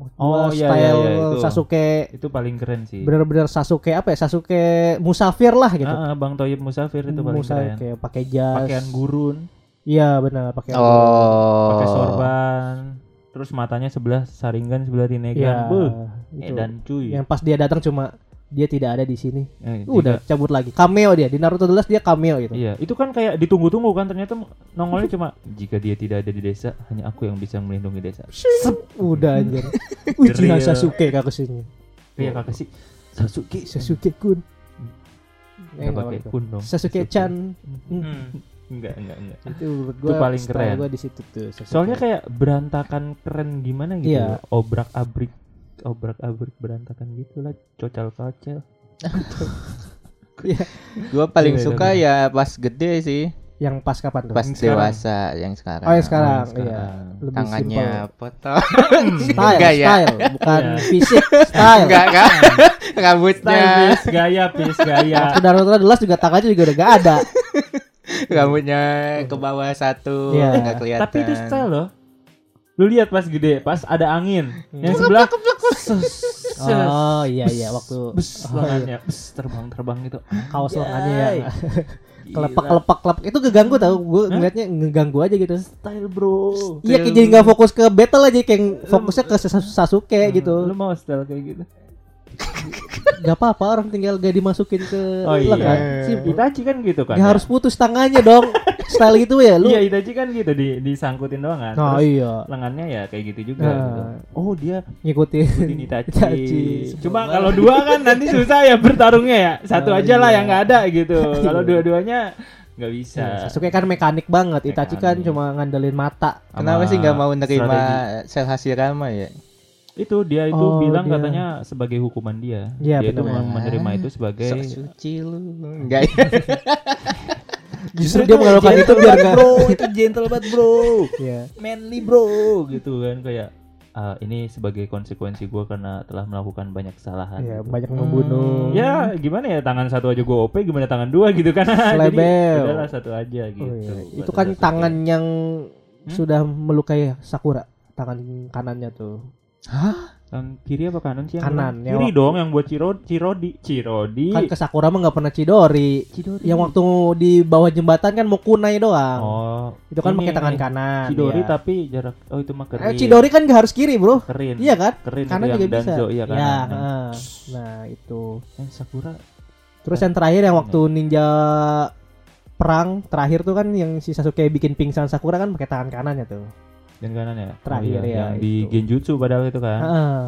Speaker 3: menurut
Speaker 2: Oh, iya,
Speaker 3: gua
Speaker 2: iya,
Speaker 3: style
Speaker 2: iya, itu.
Speaker 3: Sasuke
Speaker 2: itu paling keren sih
Speaker 3: benar-benar Sasuke apa ya Sasuke musafir lah gitu
Speaker 2: Ah, ah, Bang Toyib Musafir itu paling keren
Speaker 3: Musafir, kayak pakai jas
Speaker 2: pakaian gurun
Speaker 3: iya benar pakai
Speaker 4: Oh.
Speaker 2: pakai sorban terus matanya sebelah saringan sebelah
Speaker 3: iya
Speaker 2: tinegan Beuh,
Speaker 3: itu.
Speaker 2: edan cuy
Speaker 3: yang pas dia datang cuma dia tidak ada di sini
Speaker 2: Eh,
Speaker 3: udah cabut lagi cameo dia di Naruto The Last dia cameo gitu
Speaker 2: Iya, itu kan kayak ditunggu-tunggu kan ternyata nongolnya cuma jika dia tidak ada di desa, hanya aku yang bisa melindungi desa.
Speaker 3: Sep, udah anjir
Speaker 2: Drill.
Speaker 3: Uchiha Sasuke kakusunya
Speaker 2: Iya kakak sih Sasuke
Speaker 3: Sasuke kun
Speaker 2: Nggak pakai
Speaker 3: Iya,
Speaker 2: kun dong. Hmm.
Speaker 3: Sasuke Chan
Speaker 2: Enggak, enggak, enggak.
Speaker 3: itu menurut
Speaker 2: Itu
Speaker 3: gua
Speaker 2: paling
Speaker 3: style
Speaker 2: keren.
Speaker 3: gua di situ tuh Sasuke.
Speaker 2: Soalnya kayak berantakan keren gimana gitu. loh.
Speaker 3: Iya.
Speaker 2: Obrak-abrik obrak-abrik berantakan gitu lah, cocal-kacel.
Speaker 4: Gua
Speaker 2: Iya,
Speaker 4: paling
Speaker 2: iya,
Speaker 4: suka ya pas gede sih,
Speaker 3: yang pas kapan tuh
Speaker 4: pas
Speaker 2: Yang sekarang.
Speaker 4: dewasa yang sekarang.
Speaker 3: oh yang sekarang
Speaker 2: Yang
Speaker 3: iya
Speaker 2: sekarang.
Speaker 3: lebih
Speaker 4: Tangannya
Speaker 3: simple.
Speaker 4: potong.
Speaker 3: style
Speaker 4: Enggak ya?
Speaker 3: style bukan
Speaker 2: Iya. Hmm.
Speaker 3: fisik style
Speaker 4: Enggak kan? Rambutnya,
Speaker 2: Stylish, gaya, pis, gaya.
Speaker 3: Waktu Naruto The Last juga tangannya juga udah gak ada
Speaker 4: rambutnya ke bawah satu,
Speaker 3: Iya.
Speaker 4: enggak kelihatan.
Speaker 2: Tapi itu style loh. Lu lihat pas gede, pas ada angin.
Speaker 3: Hmm.
Speaker 2: Yang sebelah ses- Ah,
Speaker 3: Oh iya iya waktu
Speaker 2: bes
Speaker 3: oh, iya.
Speaker 2: lengannya bes terbang terbang gitu
Speaker 3: kaos lengannya ya
Speaker 2: Anjay.
Speaker 3: kelepak kelepak kelepak itu keganggu tau gue ngeliatnya ngeganggu aja gitu
Speaker 2: style bro
Speaker 3: iya kayak jadi nggak fokus ke battle aja kayak fokusnya ke Sas- Sasuke gitu
Speaker 2: Hmm. lu mau style kayak gitu
Speaker 3: nggak apa-apa orang tinggal gak dimasukin ke
Speaker 2: oh iya
Speaker 3: lengan Simpel.
Speaker 2: Itachi kan gitu kan
Speaker 3: Nggak ya harus putus tangannya dong style gitu
Speaker 2: ya?
Speaker 3: ya lu
Speaker 2: iya Itachi kan gitu di disangkutin doang kan
Speaker 3: nah
Speaker 2: Terus
Speaker 3: iya
Speaker 2: lengannya ya kayak gitu juga
Speaker 3: Nah.
Speaker 2: gitu. oh dia
Speaker 3: ngikutin
Speaker 2: ikutin Itachi,
Speaker 3: Itachi.
Speaker 2: cuma kalau dua kan nanti susah ya bertarungnya ya satu
Speaker 3: Oh,
Speaker 2: aja lah
Speaker 3: iya.
Speaker 2: yang nggak ada gitu kalau dua-duanya nggak bisa
Speaker 3: Sasuke kan mekanik banget Itachi kan
Speaker 2: Iya. Mekanik.
Speaker 3: cuma ngandelin mata
Speaker 4: Kenapa
Speaker 2: Sama
Speaker 4: sih nggak mau nerima
Speaker 2: strategi.
Speaker 4: sel hasil rama ya?
Speaker 2: itu dia itu
Speaker 3: Oh,
Speaker 2: bilang
Speaker 3: dia.
Speaker 2: katanya sebagai hukuman dia
Speaker 3: Iya,
Speaker 2: dia itu
Speaker 3: benar.
Speaker 2: menerima itu sebagai
Speaker 4: Sok suci lu. Enggak ya.
Speaker 3: justru dia mengeluarkan Oh, itu biar gak
Speaker 2: bro itu gentle banget bro
Speaker 3: Iya.
Speaker 2: manly bro gitu kan kayak ah, ini sebagai konsekuensi gua karena telah melakukan banyak kesalahan
Speaker 3: Iya,
Speaker 2: gitu.
Speaker 3: banyak membunuh
Speaker 2: ya gimana ya tangan satu aja gua OP gimana tangan dua gitu kan jadi
Speaker 3: Selebel.
Speaker 2: udahlah satu aja gitu
Speaker 3: Oh, iya.
Speaker 2: Buat
Speaker 3: Itu kan
Speaker 2: Sasuke.
Speaker 3: tangan yang
Speaker 2: Hmm?
Speaker 3: sudah melukai Sakura, tangan kanannya tuh.
Speaker 2: Tangan kiri apa kanan sih yang dulu?
Speaker 3: Kanan, yang
Speaker 2: kiri
Speaker 3: waktu-
Speaker 2: dong yang buat Ciro Cirodi Cirodi
Speaker 3: Kan ke Sakura mah nggak pernah Chidori.
Speaker 2: Chidori.
Speaker 3: Yang waktu di bawah jembatan kan mau kunai doang.
Speaker 2: oh
Speaker 3: itu kan
Speaker 2: ini,
Speaker 3: pakai tangan
Speaker 2: ini.
Speaker 3: kanan.
Speaker 2: Chidori
Speaker 3: iya.
Speaker 2: tapi jarak oh itu mah
Speaker 3: Eh,
Speaker 2: kerin
Speaker 3: Chidori kan nggak harus kiri, Bro.
Speaker 2: kerin
Speaker 3: Iya kan?
Speaker 2: kerin itu
Speaker 3: Kanan
Speaker 2: yang
Speaker 3: juga bisa. Ya,
Speaker 2: Danzo iya kanan
Speaker 3: heeh. Nah, itu.
Speaker 2: Eh, Sakura
Speaker 3: Terus yang terakhir yang waktu
Speaker 2: Hmm.
Speaker 3: ninja perang terakhir tuh kan yang si Sasuke bikin pingsan Sakura kan pakai tangan kanannya tuh.
Speaker 2: yang kanan ya
Speaker 3: Terakhir ya,
Speaker 2: yang di
Speaker 3: itu.
Speaker 2: Genjutsu padahal itu kan
Speaker 3: Heeh.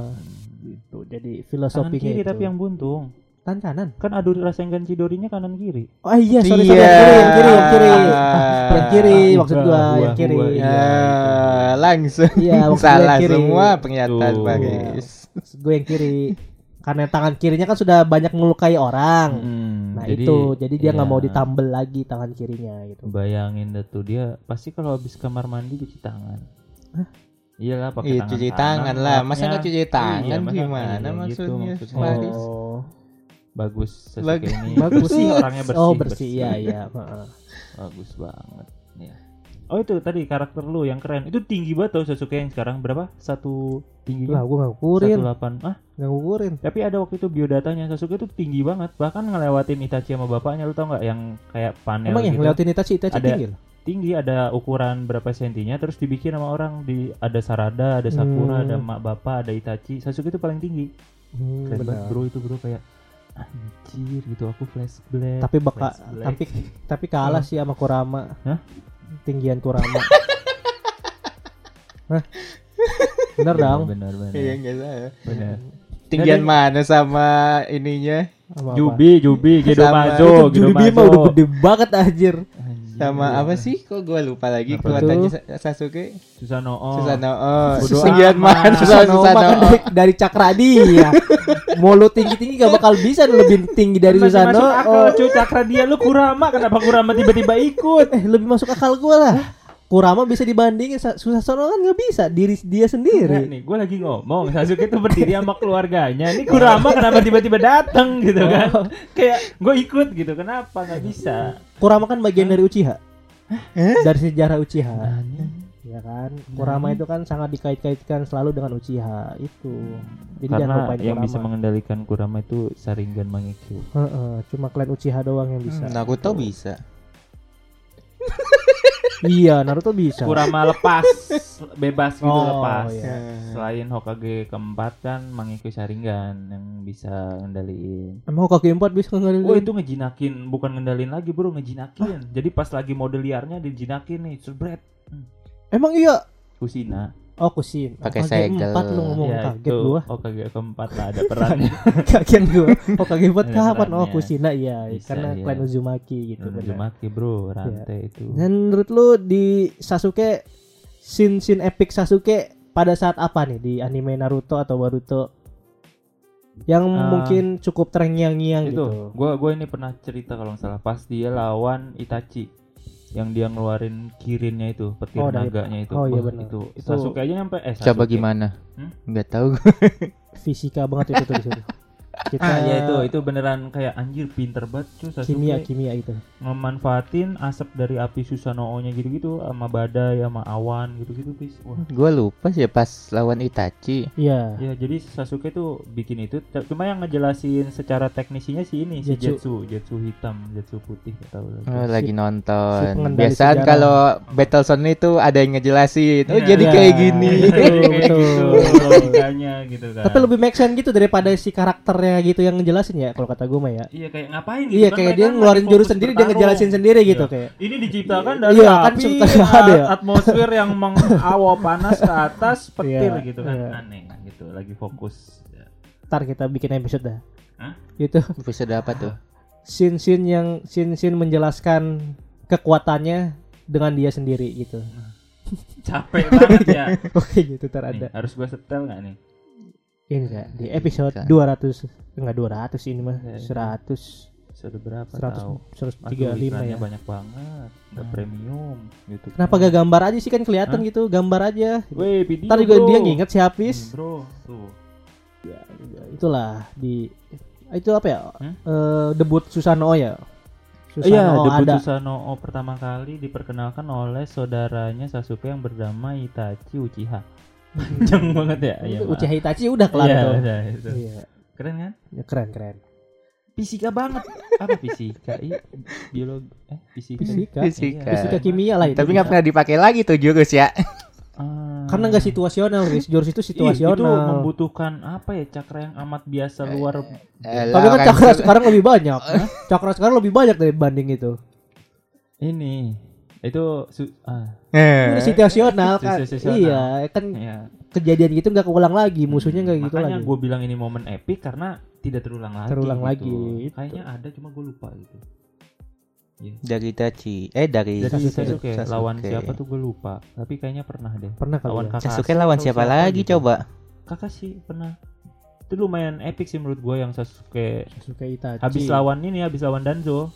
Speaker 3: Gitu. Jadi
Speaker 2: tangan
Speaker 3: filosofinya
Speaker 2: kiri
Speaker 3: itu.
Speaker 2: tapi yang buntung
Speaker 3: tangan kanan.
Speaker 2: kan adu rasengan Chidorinya kanan kiri
Speaker 3: Oh iya, sorry, sorry, yang kiri, yang kiri, yang kiri. Yang kiri,
Speaker 2: Ah,
Speaker 3: Iya, maksud
Speaker 2: gua,
Speaker 3: gua,
Speaker 2: gua,
Speaker 3: yang kiri.
Speaker 2: gua,
Speaker 4: Ya,
Speaker 2: Iya.
Speaker 4: langsung
Speaker 3: Iya, maksud gua
Speaker 4: salah
Speaker 3: yang kiri.
Speaker 4: semua pernyataan
Speaker 2: Tuh.
Speaker 4: Baris.
Speaker 3: Maksud gua yang kiri. Karena tangan kirinya kan sudah banyak melukai orang.
Speaker 2: Hmm,
Speaker 3: Nah, itu. Jadi dia nggak
Speaker 2: iya.
Speaker 3: mau ditambel lagi tangan kirinya gitu.
Speaker 2: bayangin deh tuh dia pasti kalau habis kamar mandi cuci tangan iyalah pakai
Speaker 4: Iya
Speaker 2: tangan
Speaker 4: cuci
Speaker 2: kanan, ya.
Speaker 4: tangan lah,
Speaker 2: lapnya.
Speaker 4: masa nggak cuci tangan
Speaker 2: masa-
Speaker 4: gimana
Speaker 2: iya, gitu
Speaker 4: maksudnya?
Speaker 2: maksudnya.
Speaker 4: Baris?
Speaker 3: Iya. Oh.
Speaker 2: bagus Sasuke
Speaker 4: Bagus.
Speaker 2: ini
Speaker 3: Bagus.
Speaker 2: bersih orangnya bersih
Speaker 3: oh, bersih, iya, iya. heeh.
Speaker 2: bagus banget ya oh itu tadi karakter lu yang keren itu tinggi banget tau Sasuke yang sekarang berapa satu
Speaker 3: Lah,
Speaker 2: tingginya
Speaker 3: gua nggak ngukurin,
Speaker 2: satu delapan ah
Speaker 3: nggak ngukurin.
Speaker 2: Tapi ada waktu itu biodatanya Sasuke itu tinggi banget, bahkan ngelewatin Itachi sama bapaknya lu tau nggak yang kayak panel
Speaker 3: Emang yang
Speaker 2: gitu.
Speaker 3: ya, ngeliatin Itachi, Itachi
Speaker 2: Ada-
Speaker 3: tinggi loh.
Speaker 2: Tinggi ada ukuran berapa sentinya terus dibikin sama orang di ada Sarada, ada Sakura,
Speaker 3: Hmm.
Speaker 2: ada mak bapak, ada Itachi. Sasuke itu paling tinggi.
Speaker 3: Hmm,
Speaker 2: Keren banget
Speaker 3: benar.
Speaker 2: bro itu bro kayak anjir gitu aku flashback.
Speaker 3: Tapi bakal
Speaker 2: flashback.
Speaker 3: tapi tapi kalah sih sama Kurama.
Speaker 2: Hah?
Speaker 3: Tinggian Kurama. Hah? Bener
Speaker 2: Iya,
Speaker 3: dong.
Speaker 2: Bener bener.
Speaker 4: Iya enggak salah.
Speaker 2: bener.
Speaker 4: Tinggian
Speaker 2: Jadi-
Speaker 4: mana sama ininya?
Speaker 3: Sama apa?
Speaker 2: Jubi, Jubi, Gedo
Speaker 4: Sama-
Speaker 2: Mazo,
Speaker 3: Itu Jubi mah udah gede banget anjir.
Speaker 4: Sama apa sih? Kok gua lupa lagi
Speaker 2: Iya. Apa
Speaker 4: kekuatannya Sa- Sasuke?
Speaker 2: Susano.
Speaker 4: Susano. Oh,
Speaker 2: Bodo
Speaker 4: tinggian
Speaker 2: amat.
Speaker 4: mana sama
Speaker 3: Susano
Speaker 4: Susano?
Speaker 3: makan dari, dari cakra dia. Mau lu tinggi-tinggi gak bakal bisa lebih tinggi dari
Speaker 2: Masih
Speaker 3: Susano.
Speaker 2: masuk akal
Speaker 3: Oh,
Speaker 2: cuy cakra dia lu Kurama kenapa Kurama tiba-tiba ikut?
Speaker 3: eh lebih masuk akal gua lah. Kurama bisa dibandingin Sa- Susano kan gak bisa diri dia
Speaker 2: Enggak
Speaker 3: sendiri.
Speaker 2: nih, gue lagi ngomong Sasuke itu berdiri sama keluarganya. Ini Kurama kenapa tiba-tiba datang gitu kan? Kayak gue ikut gitu, kenapa nggak bisa? Nah.
Speaker 3: Kurama kan bagian dari Uchiha. Dari sejarah Uchiha. Ya. ya kan
Speaker 2: Iya.
Speaker 3: Kurama itu kan sangat dikait-kaitkan selalu dengan Uchiha itu jadi jangan
Speaker 2: Karena
Speaker 3: lupain
Speaker 2: yang
Speaker 3: Kurama.
Speaker 2: bisa mengendalikan Kurama itu Sharingan Mangekyo.
Speaker 3: Heeh, cuma klan Uchiha doang yang Nah, bisa
Speaker 2: Hmm.
Speaker 4: Naruto bisa.
Speaker 3: iya Naruto bisa
Speaker 2: Kurama lepas, bebas gitu
Speaker 3: Oh,
Speaker 2: lepas.
Speaker 3: iya.
Speaker 2: Selain Hokage keempat kan Mangekyo Sharingan yang bisa ngendaliin.
Speaker 3: emang Hokage 4 bisa ngendalin
Speaker 2: Oh itu ngejinakin, bukan ngendalin lagi bro, ngejinakin. Jadi pas lagi mode liarnya dijinakin nih, sebret.
Speaker 3: emang iya
Speaker 2: Kusina.
Speaker 3: oh Kusin
Speaker 4: Pakai
Speaker 3: Hokage
Speaker 4: segel.
Speaker 3: 4 lu ngomong
Speaker 2: Ya,
Speaker 3: kaget
Speaker 2: itu
Speaker 3: gua
Speaker 2: Hokage keempat lah ada perannya.
Speaker 3: kaget gua Hokage 4
Speaker 2: Ada
Speaker 3: kapan oh
Speaker 2: perannya.
Speaker 3: Kushina iya
Speaker 2: Bisa,
Speaker 3: karena
Speaker 2: iya.
Speaker 3: klan Uzumaki gitu
Speaker 2: Hmm,
Speaker 3: benar.
Speaker 2: Uzumaki bro, rantai itu.
Speaker 3: Ya. Dan menurut lu di Sasuke scene scene epic Sasuke pada saat apa nih di anime Naruto atau Boruto yang
Speaker 2: Ah.
Speaker 3: mungkin cukup terngiang-ngiang
Speaker 2: itu
Speaker 3: gitu.
Speaker 2: gua gua ini pernah cerita kalau nggak salah pas dia lawan Itachi yang dia ngeluarin kirinnya itu petir
Speaker 3: Oh, dari-
Speaker 2: naganya itu
Speaker 3: oh, iya
Speaker 2: Wah,
Speaker 3: benar.
Speaker 2: itu
Speaker 3: Itu-
Speaker 2: Sasuke aja nyampe eh
Speaker 4: Coba
Speaker 2: Sasuke.
Speaker 4: gimana?
Speaker 2: Hmm?
Speaker 4: Nggak tahu gua.
Speaker 3: Fisika banget itu tuh di situ. Kita
Speaker 2: ah ya itu itu beneran kayak anjir pinter banget cuy Sasuke
Speaker 3: kimia kimia itu.
Speaker 2: ngemanfaatin asap dari api Susanoo-nya gitu-gitu sama badai sama awan gitu-gitu bis wah
Speaker 4: Gua lupa sih pas lawan Itachi.
Speaker 3: Iya.
Speaker 2: ya jadi Sasuke tuh bikin itu t- cuma yang ngejelasin secara teknisinya sih ini si Jetsu
Speaker 3: Jetsu. Ah,
Speaker 2: Jetsu hitam Jetsu putih nggak tahu Gitu. lagi
Speaker 4: Oh,
Speaker 3: Si-
Speaker 4: lagi nonton.
Speaker 3: si pengendali
Speaker 4: Biasaan
Speaker 3: sejarah.
Speaker 4: kalau Battle Zone itu ada yang ngejelasin. Oh,
Speaker 2: Iya.
Speaker 4: jadi
Speaker 3: Iya.
Speaker 4: kayak gini.
Speaker 3: Betul,
Speaker 2: Kayak
Speaker 3: betul.
Speaker 2: gitu, logikanya gitu kan
Speaker 3: Tapi lebih make sense gitu daripada si karakternya gitu yang ngejelasin ya kalau kata gue mah ya.
Speaker 2: Iya kayak ngapain gitu
Speaker 3: Iya
Speaker 2: kan,
Speaker 3: kayak
Speaker 2: mereka
Speaker 3: dia
Speaker 2: kan
Speaker 3: ngeluarin
Speaker 2: lagi
Speaker 3: jurus
Speaker 2: fokus
Speaker 3: sendiri dia
Speaker 2: bertarung.
Speaker 3: ngejelasin sendiri gitu
Speaker 2: Iya.
Speaker 3: kayak.
Speaker 2: Ini diciptakan dari
Speaker 3: Iya, kan
Speaker 2: api,
Speaker 3: suka ada ya.
Speaker 2: at- atmosfer yang mengawo panas ke atas petir
Speaker 3: Iya,
Speaker 2: gitu kan
Speaker 3: iya.
Speaker 2: aneh gitu lagi fokus. Ya.
Speaker 3: Ntar kita bikin episode dah.
Speaker 2: Hah?
Speaker 3: Gitu.
Speaker 4: Bisa dapat tuh.
Speaker 3: scene-scene yang scene-scene menjelaskan kekuatannya dengan dia sendiri gitu.
Speaker 2: Capek banget ya.
Speaker 3: Oke gitu ntar
Speaker 2: Nih,
Speaker 3: ada.
Speaker 2: harus gua setel nggak nih?
Speaker 3: Ini enggak di episode
Speaker 4: Bisa.
Speaker 3: 200 enggak 200 ini mah
Speaker 2: Iya, iya.
Speaker 3: 100
Speaker 2: Sudah berapa
Speaker 3: 100
Speaker 2: tahu? Aduh,
Speaker 3: 135
Speaker 2: iklannya
Speaker 3: ya. Nah.
Speaker 2: banyak banget. Enggak premium gitu.
Speaker 3: Kenapa gak gambar aja sih kan kelihatan gitu, gambar aja.
Speaker 2: Weh, video.
Speaker 3: Ntar juga
Speaker 2: bro.
Speaker 3: dia nginget si Hafiz.
Speaker 2: Hmm, Bro, tuh.
Speaker 3: Itulah di itu apa ya?
Speaker 2: Hmm?
Speaker 3: Eh, debut Susano ya.
Speaker 2: Iya,
Speaker 3: Susano
Speaker 2: debut
Speaker 3: ada.
Speaker 2: Susanoo pertama kali diperkenalkan oleh saudaranya Sasuke yang bernama Itachi Uchiha. Panjang banget ya. Iya, maaf.
Speaker 3: Uchiha Itachi udah kelar
Speaker 2: Iya,
Speaker 3: tuh.
Speaker 2: udah, itu.
Speaker 3: Iya,
Speaker 2: Keren kan?
Speaker 3: ya, keren keren.
Speaker 2: Fisika banget. Apa fisika? I, biologi eh fisika.
Speaker 3: Fisika,
Speaker 4: Fisika.
Speaker 2: Iya.
Speaker 3: fisika kimia lah itu.
Speaker 4: Tapi nggak pernah dipakai lagi tuh jurus ya.
Speaker 2: Ah.
Speaker 3: karena nggak situasional guys jurus
Speaker 2: Ih,
Speaker 3: itu
Speaker 2: itu
Speaker 3: situasional
Speaker 2: membutuhkan apa ya cakra yang amat biasa luar
Speaker 3: tapi kan cakra sekarang lebih banyak kan? cakra sekarang lebih banyak dari banding itu
Speaker 2: ini. Itu su- ah,
Speaker 3: Ini situasional kan
Speaker 2: Situasional.
Speaker 3: iya kan
Speaker 2: ya.
Speaker 3: kejadian gitu nggak keulang lagi musuhnya nggak gitu
Speaker 2: Makanya
Speaker 3: lagi
Speaker 2: gue bilang ini momen epic karena tidak terulang lagi.
Speaker 3: Terulang
Speaker 2: gitu.
Speaker 3: lagi, itu.
Speaker 2: Kayaknya ada cuma gue lupa gitu.
Speaker 4: Dari Itachi. Eh dari,
Speaker 2: Jadi
Speaker 3: Sasuke.
Speaker 2: Sasuke, lawan
Speaker 4: Sasuke.
Speaker 2: siapa tuh gue lupa. Tapi kayaknya pernah deh.
Speaker 3: pernah
Speaker 2: Lawan
Speaker 3: kali ya?
Speaker 2: kakak.
Speaker 4: Sasuke lawan siapa lagi coba?
Speaker 2: Kakak gitu. sih pernah. Itu lumayan epic sih menurut gue yang Sasuke
Speaker 3: Sasuke Itachi
Speaker 2: habis lawan ini habis lawan Danzo.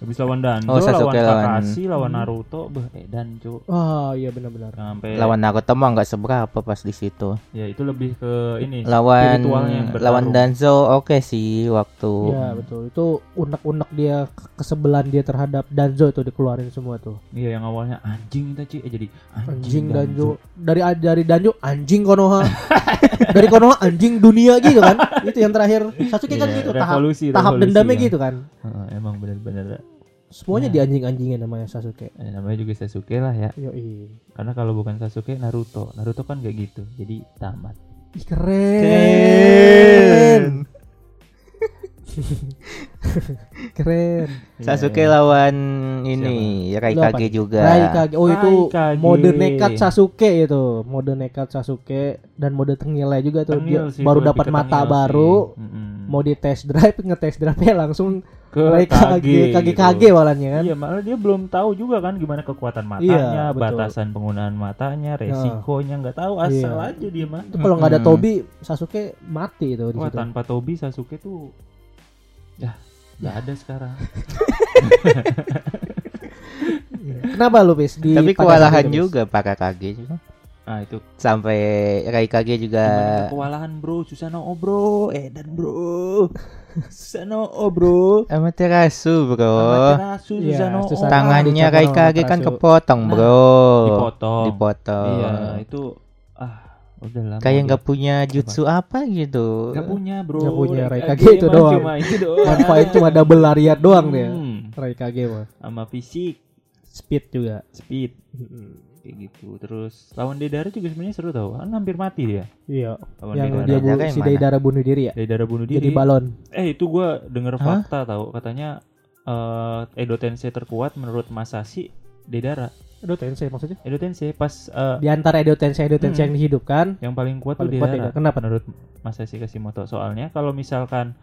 Speaker 2: Habis lawan Danzo,
Speaker 4: Oh,
Speaker 2: lawan
Speaker 4: Sasuke lawan-
Speaker 2: Kakashi, lawan
Speaker 3: Hmm.
Speaker 2: Naruto, beh eh Danzo.
Speaker 3: oh iya benar-benar
Speaker 2: Sampai
Speaker 4: Lawan Naruto mah nggak seberapa pas di situ.
Speaker 2: ya itu lebih ke ini
Speaker 4: Lawan
Speaker 2: Iya, spiritualnya yang bertarung.
Speaker 4: lawan Danzo oke sih waktu
Speaker 3: Iya betul itu unek-unek dia ke- kesebelan dia terhadap Danzo itu dikeluarin semua tuh
Speaker 2: Iya yang awalnya anjing Itachi eh jadi anjing,
Speaker 3: anjing Danzo dari dari Danzo anjing Konoha dari Konoha anjing dunia gitu kan itu yang terakhir Sasuke kan
Speaker 2: Iya,
Speaker 3: gitu tahap
Speaker 2: revolusi,
Speaker 3: tahap
Speaker 2: revolusi
Speaker 3: dendamnya
Speaker 2: ya.
Speaker 3: gitu kan
Speaker 2: Heeh, emang benar-benar
Speaker 3: semuanya
Speaker 2: Nah.
Speaker 3: dianjing-anjingin namanya Sasuke.
Speaker 2: eh, namanya juga Sasuke lah ya.
Speaker 3: Yoi.
Speaker 2: Karena kalau bukan Sasuke Naruto, Naruto kan gak gitu. Jadi tamat.
Speaker 3: Ih, keren.
Speaker 4: Keren.
Speaker 3: Keren.
Speaker 2: Iya.
Speaker 4: Sasuke lawan ini Raikage
Speaker 3: Lawan-
Speaker 4: juga.
Speaker 3: Raikage. Oh, itu
Speaker 2: Raikage.
Speaker 3: mode nekat Sasuke itu. Mode nekat Sasuke dan mode tengilnya juga tuh. Dia baru dapat mata baru, mau di test drive, ngetest drive langsung
Speaker 2: ke gitu.
Speaker 3: Raikage, kage-kage walanya kan.
Speaker 2: Iya, malah dia belum tahu juga kan gimana kekuatan matanya,
Speaker 3: Iya, betul.
Speaker 2: batasan penggunaan matanya, resikonya nggak tahu asal
Speaker 3: Iya.
Speaker 2: aja dia mah.
Speaker 3: Itu kalau nggak ada
Speaker 4: Mm-mm.
Speaker 3: Tobi, Sasuke mati itu di
Speaker 2: Wah,
Speaker 3: situ.
Speaker 2: tanpa Tobi Sasuke tuh ya nggak ada sekarang.
Speaker 3: Kenapa lu, Pis? Di
Speaker 4: Tapi
Speaker 3: pada saat
Speaker 4: kewalahan
Speaker 3: itu, Pis?
Speaker 4: juga para Kage juga.
Speaker 2: Ah itu
Speaker 3: Eh.
Speaker 4: sampai Raikage juga
Speaker 2: Cuman kewalahan bro, susah no bro, eh dan bro, susah no bro,
Speaker 4: Amaterasu bro
Speaker 2: Amaterasu
Speaker 3: Iya,
Speaker 2: susah no
Speaker 3: Susanoo.
Speaker 4: tangannya
Speaker 3: Tangan
Speaker 4: Raikage
Speaker 3: dicopot
Speaker 4: kan
Speaker 3: sama
Speaker 4: kepotong
Speaker 2: Nah,
Speaker 4: bro
Speaker 2: dipotong.
Speaker 4: dipotong
Speaker 2: Iya itu ah udah lama.
Speaker 4: kayak nggak punya jutsu apa gitu
Speaker 2: Gak punya bro.
Speaker 3: Nggak punya,
Speaker 2: Raikage
Speaker 3: Raikage itu
Speaker 2: emang
Speaker 3: doang.
Speaker 2: Cuma itu doang.
Speaker 3: Manfaatnya cuma double lariat doang dia.
Speaker 2: Hmm,
Speaker 3: Raikage mah.
Speaker 2: Sama fisik,
Speaker 3: Speed juga.
Speaker 2: speed kayak gitu. Terus lawan Deidara juga sebenarnya seru tau. Kan hampir mati dia.
Speaker 3: Iya.
Speaker 2: Lawan
Speaker 3: Yang
Speaker 2: Deidara.
Speaker 3: dia
Speaker 4: bu-
Speaker 3: bu-
Speaker 4: Yang
Speaker 3: si
Speaker 4: mana?
Speaker 3: Deidara bunuh diri ya.
Speaker 2: Deidara bunuh diri.
Speaker 3: Jadi balon.
Speaker 2: Eh itu gua denger
Speaker 4: Hah?
Speaker 2: fakta tau katanya eh Edo Tensei terkuat menurut Masashi Dedara.
Speaker 3: Edo Tensei maksudnya?
Speaker 2: Edo Tensei pas eh,
Speaker 3: Di antara Edo Tensei Edo Tensei
Speaker 2: Hmm.
Speaker 3: yang dihidupkan,
Speaker 2: yang paling kuat tuh
Speaker 3: Paling kuat
Speaker 2: Dedara.
Speaker 3: Dedara. Kenapa?
Speaker 2: Menurut Masashi Kashimoto. Soalnya kalau misalkan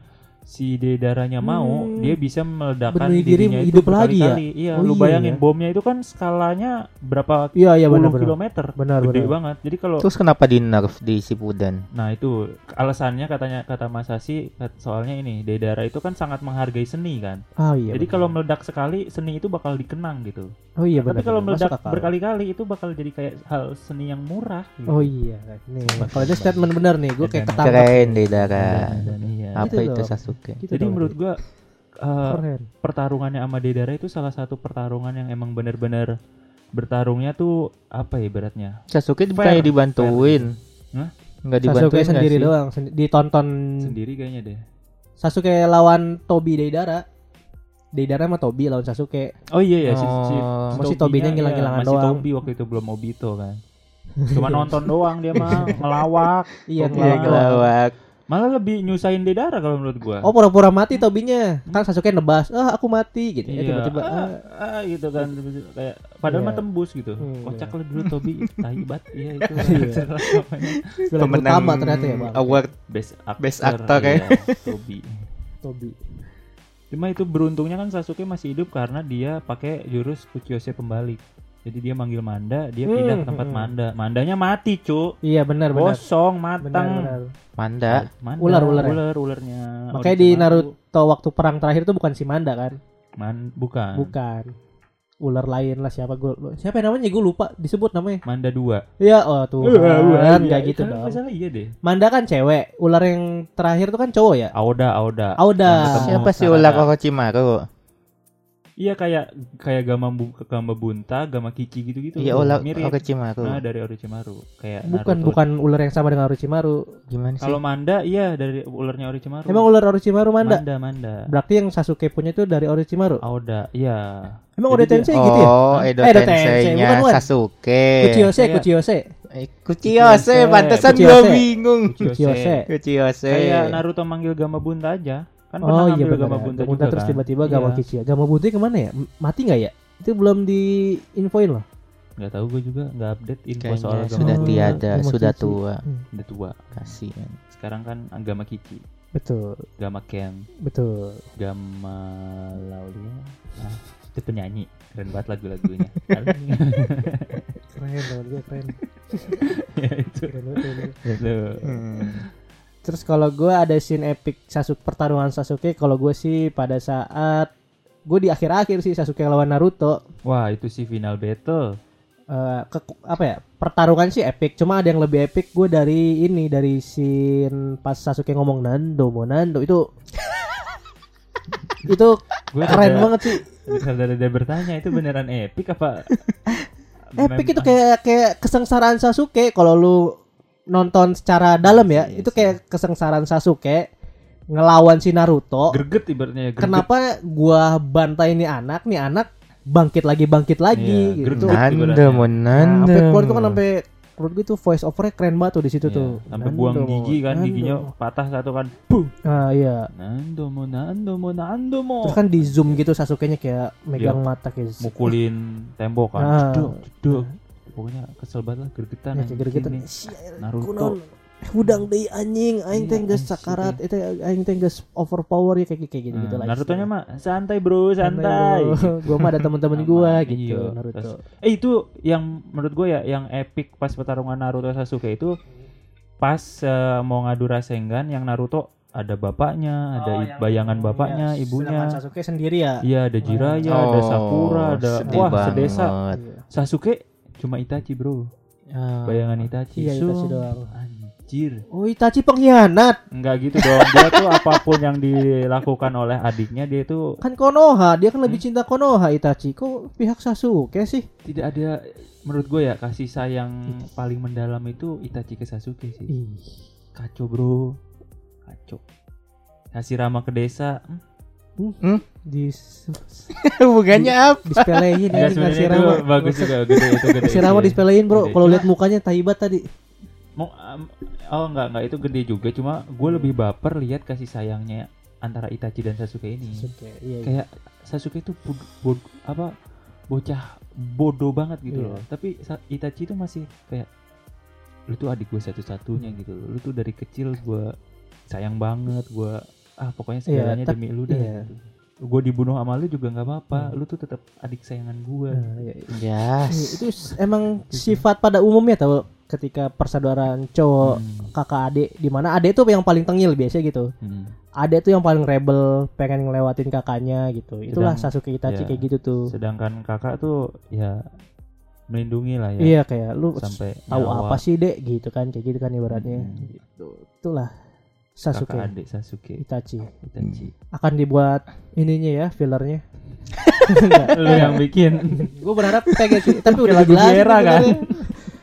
Speaker 2: si Dedaranya mau,
Speaker 3: Hmm.
Speaker 2: dia bisa meledakan
Speaker 3: Benuhi diri,
Speaker 2: dirinya
Speaker 3: hidup lagi ya?
Speaker 2: berkali-kali. Iya,
Speaker 3: Oh,
Speaker 2: lu
Speaker 3: iya
Speaker 2: bayangin
Speaker 3: ya.
Speaker 2: bomnya itu kan skalanya berapa
Speaker 3: iya iya
Speaker 2: puluh
Speaker 3: benar benar.
Speaker 2: kilometer.
Speaker 3: Benar
Speaker 2: Gede
Speaker 3: benar.
Speaker 2: banget. Jadi kalau
Speaker 4: terus kenapa di nerf di Shippuden
Speaker 2: Nah itu alasannya katanya kata Masashi kat- soalnya ini Dedara itu kan sangat menghargai seni kan.
Speaker 3: Ah iya.
Speaker 2: Jadi
Speaker 3: benar.
Speaker 2: kalau meledak sekali seni itu bakal dikenang gitu.
Speaker 3: Oh iya benar.
Speaker 2: Tapi kalau
Speaker 3: benar. Masuk
Speaker 2: meledak
Speaker 3: akal.
Speaker 2: berkali-kali itu bakal jadi kayak hal seni yang murah. Gitu.
Speaker 3: Oh iya. Nih, kalau itu statement benar nih, gue
Speaker 2: Dan-
Speaker 3: kayak ketangkep.
Speaker 4: keren Deidara
Speaker 2: Dan- dan- iya.
Speaker 4: apa
Speaker 3: Gitu
Speaker 4: itu
Speaker 3: dong.
Speaker 4: Sasuke
Speaker 3: Gitu
Speaker 2: Jadi
Speaker 3: dong,
Speaker 2: menurut gua
Speaker 3: Dik.
Speaker 2: eh,
Speaker 3: keren.
Speaker 2: pertarungannya sama Dedara itu salah satu pertarungan yang emang bener-bener bertarungnya tuh apa ya beratnya?
Speaker 4: Sasuke
Speaker 2: Fair,
Speaker 4: bukannya dibantuin
Speaker 2: Hah?
Speaker 4: nggak
Speaker 3: Sasuke
Speaker 4: dibantuin nggak
Speaker 3: sendiri
Speaker 4: sih?
Speaker 3: doang, sendi- ditonton
Speaker 2: Sendiri kayaknya deh.
Speaker 3: Sasuke lawan Tobi Deidara. Deidara sama Tobi lawan Sasuke.
Speaker 2: Oh iya ya si, si, iya,
Speaker 4: Oh.
Speaker 3: Masih Tobinya ngilang-ngilangan
Speaker 2: masih
Speaker 3: doang.
Speaker 2: Tobi waktu itu belum Obito kan. Cuma nonton doang dia mah ngelawak.
Speaker 3: Iya,
Speaker 2: Tobi
Speaker 4: Iya,
Speaker 2: Wow.
Speaker 3: ngelawak.
Speaker 4: ngelawak.
Speaker 2: Malah lebih nyusahin Dedara kalau menurut gua.
Speaker 3: Oh pura-pura mati Tobinya. Kan Sasuke nebas, "Ah, aku mati." gitu.
Speaker 2: Iya,
Speaker 3: Ya tiba-tiba
Speaker 2: ah,
Speaker 3: "Ah,
Speaker 2: ah, gitu kan tiba-tiba kayak padahal
Speaker 3: Iya.
Speaker 2: mah tembus gitu.
Speaker 3: Hmm,
Speaker 2: Kocak
Speaker 3: iya.
Speaker 2: lah dulu Tobi tai bat iya itu.
Speaker 3: Iya. film
Speaker 4: pemenang
Speaker 3: utama ternyata ya, Bang.
Speaker 4: award
Speaker 2: Best actor.
Speaker 4: Best actor, ya.
Speaker 2: iya, Tobi.
Speaker 3: Tobi.
Speaker 2: Cuma itu beruntungnya kan Sasuke masih hidup karena dia pakai jurus Kuchiyose pembalik. Jadi dia manggil Manda, dia pindah ke
Speaker 3: Hmm,
Speaker 2: tempat
Speaker 3: hmm.
Speaker 2: Manda. Mandanya mati, Cuk.
Speaker 3: Iya, benar
Speaker 2: Oh,
Speaker 3: benar.
Speaker 2: Kosong,
Speaker 3: Benar
Speaker 2: matang.
Speaker 3: benar.
Speaker 4: Manda
Speaker 2: Manda,
Speaker 3: Ular, ular ya?
Speaker 2: ular, ularnya.
Speaker 3: Makanya di
Speaker 2: Orochimaru.
Speaker 3: Naruto waktu perang terakhir tuh bukan si Manda kan?
Speaker 2: Man, bukan.
Speaker 3: Bukan. Ular lain lah siapa gue siapa yang namanya gue lupa disebut namanya
Speaker 2: Manda 2.
Speaker 3: ya oh tuh
Speaker 2: Iya,
Speaker 3: kan nggak gitu dong
Speaker 2: Masalah iya deh.
Speaker 3: Manda kan cewek ular yang terakhir tuh kan cowok ya
Speaker 2: Aoda, Aoda. Yang
Speaker 3: Auda
Speaker 2: ketemu.
Speaker 4: siapa sih
Speaker 2: Sarada.
Speaker 4: ular Orochimaru
Speaker 2: Iya kayak kayak gama bu, gama bunta, gama kici gitu-gitu.
Speaker 4: iya ular
Speaker 2: mirip. Nah,
Speaker 4: Orochimaru
Speaker 2: dari Orochimaru. Kayak
Speaker 3: bukan
Speaker 2: Naruto.
Speaker 3: bukan ular yang sama dengan Orochimaru
Speaker 4: gimana sih
Speaker 2: Kalau Manda iya dari ularnya Orochimaru.
Speaker 3: emang ular Orochimaru Manda
Speaker 2: Manda, Manda.
Speaker 3: berarti yang Sasuke punya tuh dari Orochimaru
Speaker 2: Aoda, iya. Jadi
Speaker 3: emang Oda
Speaker 2: dia-
Speaker 3: Tensei gitu ya
Speaker 4: oh Edo
Speaker 3: Eh, Edo Tensei,
Speaker 4: Tensei-nya
Speaker 3: bukan, Wan.
Speaker 4: Sasuke
Speaker 3: Kuchiyose
Speaker 2: Kayak-
Speaker 3: Kuchiyose
Speaker 4: Eh, Kuchiyose pantesan
Speaker 3: Kuchiyose.
Speaker 4: gua bingung
Speaker 3: Kuchiyose
Speaker 4: Kuchiyose
Speaker 2: Kayak Naruto manggil gama bunta aja. Iya, Kan pernah
Speaker 3: oh iya
Speaker 2: ngambil
Speaker 3: benar
Speaker 2: gama
Speaker 3: ya.
Speaker 2: bunta
Speaker 3: Gama Bunta
Speaker 2: juga
Speaker 3: terus
Speaker 2: kan?
Speaker 3: tiba-tiba Gama
Speaker 2: Iya.
Speaker 3: Kichi ya. Gama Bunta kemana ya M- mati nggak ya itu belum diinfoin loh
Speaker 2: Nggak tahu gue juga nggak update info soal
Speaker 4: kayaknya
Speaker 2: gama
Speaker 4: sudah
Speaker 2: bunta.
Speaker 4: tiada
Speaker 3: Gama
Speaker 4: sudah
Speaker 3: Kichi.
Speaker 4: tua
Speaker 2: Udah tua.
Speaker 4: kasihan
Speaker 2: Sekarang kan agama kici,
Speaker 3: betul
Speaker 2: gama ken,
Speaker 3: betul
Speaker 2: gama laulia. Nah, itu penyanyi keren banget lagu-lagunya.
Speaker 3: keren lawan gue keren
Speaker 2: ya, itu.
Speaker 3: Keren banget, keren banget.
Speaker 2: Itu.
Speaker 4: Iya.
Speaker 3: Hmm. Terus kalau gue ada scene epic Sasuke pertarungan Sasuke kalau gue sih pada saat gue di akhir-akhir sih Sasuke lawan Naruto
Speaker 2: Wah itu sih final battle.
Speaker 3: eh, ke, apa ya pertarungan sih epic cuma ada yang lebih epic gue dari ini dari scene pas Sasuke ngomong Nando mau Nando itu itu
Speaker 2: Gue
Speaker 3: keren banget sih
Speaker 2: Ada bertanya itu beneran epic apa?
Speaker 3: epic itu
Speaker 2: Memang-
Speaker 3: kayak kayak kesengsaraan Sasuke kalau lu nonton secara dalam ya
Speaker 2: Iya
Speaker 3: itu
Speaker 2: sih.
Speaker 3: kayak kesengsaraan Sasuke ngelawan si Naruto
Speaker 2: greget ibaratnya greget.
Speaker 3: kenapa gua bantai ini anak nih anak bangkit lagi bangkit
Speaker 2: Iya,
Speaker 3: lagi gitu
Speaker 2: geruduk.
Speaker 4: Nanda mau
Speaker 3: nah, sampai
Speaker 4: Nanda
Speaker 3: keluar tuh kan sampai menurut gue tuh voice overnya keren banget tuh di situ
Speaker 2: Iya,
Speaker 3: tuh
Speaker 2: sampai
Speaker 3: Nando,
Speaker 2: buang gigi kan
Speaker 3: Nando.
Speaker 2: giginya patah satu kan
Speaker 3: ah iya
Speaker 2: Nando mo Nando mo Nando mo
Speaker 3: terus kan di zoom gitu Sasuke nya kayak megang
Speaker 2: Iya.
Speaker 3: mata kayak
Speaker 2: mukulin tembok kan
Speaker 3: Ah.
Speaker 2: jeduk jeduk pokoknya kesel banget lah gergetan
Speaker 3: ya,
Speaker 2: anjing
Speaker 3: kayak gitu
Speaker 2: ini. kan, Naruto.
Speaker 3: udang deh anjing
Speaker 2: Iya,
Speaker 3: aing teh geus
Speaker 2: anjing,
Speaker 3: sakarat itu aing teh geus overpower ya kayak kayak gitu gitu
Speaker 2: Nah,
Speaker 3: lah
Speaker 2: Naruto nya mah santai bro santai
Speaker 3: gue mah ada teman-teman gue
Speaker 2: Aman,
Speaker 3: gitu
Speaker 2: iya.
Speaker 3: Naruto
Speaker 2: Terus- eh itu yang menurut gue ya yang epic pas pertarungan Naruto Sasuke itu pas eh, mau ngadu Rasengan yang Naruto ada bapaknya ada
Speaker 3: Oh,
Speaker 2: i-
Speaker 3: yang-
Speaker 2: bayangan bapaknya
Speaker 3: iya,
Speaker 2: ibunya
Speaker 3: sedangkan Sasuke sendiri ya
Speaker 2: Iya ada Jiraya, ada Sakura, ada
Speaker 4: Oh, sedih
Speaker 2: wah
Speaker 4: banget.
Speaker 2: sedesa.
Speaker 3: Iya.
Speaker 2: Sasuke cuma Itachi bro.
Speaker 3: Ah,
Speaker 2: bayangan Itachi
Speaker 3: iya, Itachi
Speaker 2: Sung.
Speaker 3: doang.
Speaker 2: anjir
Speaker 3: Oh Itachi pengkhianat
Speaker 2: nggak gitu dong dia tuh apapun yang dilakukan oleh adiknya dia tuh
Speaker 3: kan Konoha dia kan lebih
Speaker 2: Hmm?
Speaker 3: cinta Konoha Itachi kok pihak Sasuke sih
Speaker 2: tidak ada menurut gue ya kasih sayang paling mendalam itu Itachi ke Sasuke sih
Speaker 3: Ih,
Speaker 2: kacau bro kacau Hashirama ke desa hmm,
Speaker 3: di
Speaker 4: Hubungannya apa?
Speaker 3: dispelein
Speaker 2: nggak
Speaker 3: ini
Speaker 2: Ya, sebenarnya
Speaker 3: Iya, kasih
Speaker 2: itu
Speaker 3: rama
Speaker 2: bagus juga gede itu gede
Speaker 3: kasih rama
Speaker 2: Iya.
Speaker 3: dispelein bro
Speaker 2: Gede.
Speaker 3: kalau lihat mukanya taibat tadi
Speaker 2: Mau, um, oh enggak enggak itu gede juga cuma gue lebih
Speaker 3: Hmm.
Speaker 2: baper lihat kasih sayangnya antara Itachi dan Sasuke ini
Speaker 3: Sasuke iya, iya.
Speaker 2: kayak Sasuke itu bod- bod- apa bocah bodoh banget gitu
Speaker 3: Iya.
Speaker 2: loh tapi Sa- Itachi itu masih kayak lu tuh adik gue satu-satunya gitu loh. lu tuh dari kecil gue sayang banget gue ah pokoknya
Speaker 3: Iya,
Speaker 2: segalanya
Speaker 3: tap-
Speaker 2: demi lu deh
Speaker 3: iya.
Speaker 2: gue dibunuh sama lu juga nggak apa-apa
Speaker 3: Hmm.
Speaker 2: lu tuh tetap adik sayangan gue
Speaker 3: Nah, iya, iya.
Speaker 4: Ya.
Speaker 3: Iya, itu s- emang sifat pada umumnya tau ketika persaudaraan cowok
Speaker 2: Hmm,
Speaker 3: kakak adik di mana adik tuh yang paling tengil biasanya gitu
Speaker 2: hmm.
Speaker 3: adik tuh yang paling rebel pengen ngelewatin kakaknya gitu itulah
Speaker 2: Sedang-
Speaker 3: Sasuke Itachi
Speaker 2: iya.
Speaker 3: kayak gitu tuh
Speaker 2: sedangkan kakak tuh ya melindungi lah ya
Speaker 3: iya kayak lu
Speaker 2: sampai
Speaker 3: tahu
Speaker 2: nyawa
Speaker 3: apa sih dek gitu kan kayak gitu kan
Speaker 2: Ya
Speaker 3: ibaratnya
Speaker 2: Hmm.
Speaker 3: gitu itulah
Speaker 2: kakak
Speaker 3: Sasuke
Speaker 2: adik Sasuke
Speaker 3: Itachi
Speaker 2: Itachi
Speaker 3: akan dibuat ininya ya fillernya
Speaker 2: lu yang bikin
Speaker 3: gue berharap pengen sih tapi udah
Speaker 2: Lagu
Speaker 3: dijelasin
Speaker 2: Viera, kan?
Speaker 3: sebenarnya.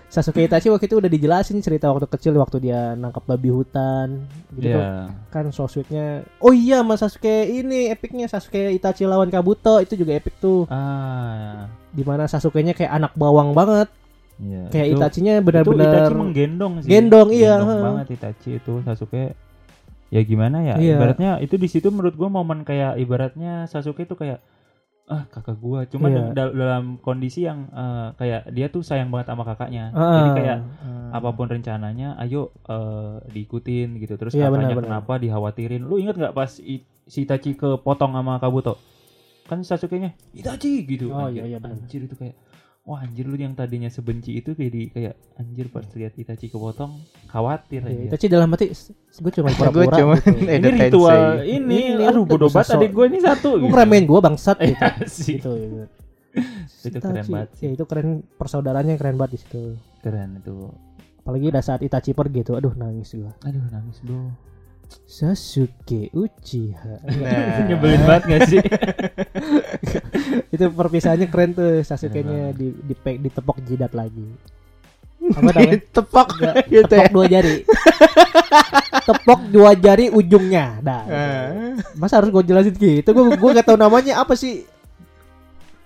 Speaker 3: Sasuke Itachi waktu itu udah dijelasin cerita waktu kecil waktu dia nangkap babi hutan gitu tuh
Speaker 2: ya
Speaker 3: kan so sweetnya oh iya mas Sasuke ini epicnya Sasuke Itachi lawan Kabuto itu juga epic tuh
Speaker 2: ah
Speaker 3: dimana Sasuke-nya kayak anak bawang banget
Speaker 2: iya.
Speaker 3: kayak
Speaker 2: Itu-
Speaker 3: Itachi-nya
Speaker 2: itu Itachi
Speaker 3: benar-benar
Speaker 2: menggendong sih
Speaker 3: Gendong, iya,
Speaker 2: Gendong
Speaker 3: heeh.
Speaker 2: banget Itachi itu Sasuke ya gimana ya
Speaker 3: Iya.
Speaker 2: ibaratnya itu di situ menurut gua momen kayak ibaratnya Sasuke itu kayak ah kakak gua cuman
Speaker 3: Iya.
Speaker 2: dal- dalam kondisi yang eh, kayak dia tuh sayang banget sama kakaknya jadi
Speaker 3: Ah,
Speaker 2: kayak
Speaker 3: ah.
Speaker 2: apapun rencananya ayo eh, diikutin gitu terus
Speaker 3: Iya,
Speaker 2: kakaknya
Speaker 3: benar-benar.
Speaker 2: kenapa dikhawatirin lu inget nggak pas I- si Itachi kepotong sama Kabuto kan Sasuke nya Itachi gitu
Speaker 3: Oh,
Speaker 2: anjir,
Speaker 3: iya, iya, benar.
Speaker 2: anjir itu kayak wah anjir lu yang tadinya sebenci itu jadi kayak anjir pas lihat Itachi kepotong khawatir
Speaker 3: Iya,
Speaker 2: anjir.
Speaker 3: Itachi dalam hati gue cuma
Speaker 4: Gue
Speaker 3: pura-pura
Speaker 4: cuma
Speaker 3: gitu.
Speaker 2: ini
Speaker 4: Edo
Speaker 2: ritual
Speaker 4: Tensei.
Speaker 2: ini,
Speaker 3: Ini
Speaker 2: aduh
Speaker 3: udah
Speaker 2: bodoh banget
Speaker 3: sosok.
Speaker 2: adik gue ini satu
Speaker 3: Lu
Speaker 2: gitu.
Speaker 3: ngeremehin gue bangsat
Speaker 2: Iya
Speaker 3: gitu.
Speaker 2: sih.
Speaker 3: gitu, gitu.
Speaker 2: Itu keren
Speaker 3: Itachi,
Speaker 2: banget sih.
Speaker 3: ya, itu keren persaudaranya yang keren banget di situ
Speaker 2: keren itu
Speaker 3: apalagi udah saat Itachi pergi tuh aduh nangis gua
Speaker 2: aduh nangis bro
Speaker 3: Sasuke Uchiha
Speaker 4: Nah.
Speaker 2: nyebelin banget gak sih
Speaker 3: itu perpisahannya keren tuh Sasuke-nya
Speaker 2: Keren banget.
Speaker 3: di, di ditepok jidat lagi
Speaker 2: Iya,
Speaker 3: apa namanya
Speaker 4: Ditepok
Speaker 3: Enggak,
Speaker 4: gitu ya.
Speaker 3: tepok dua jari tepok dua jari ujungnya dah
Speaker 2: Nah.
Speaker 3: masa harus gue jelasin gitu gue gue gak tahu namanya apa sih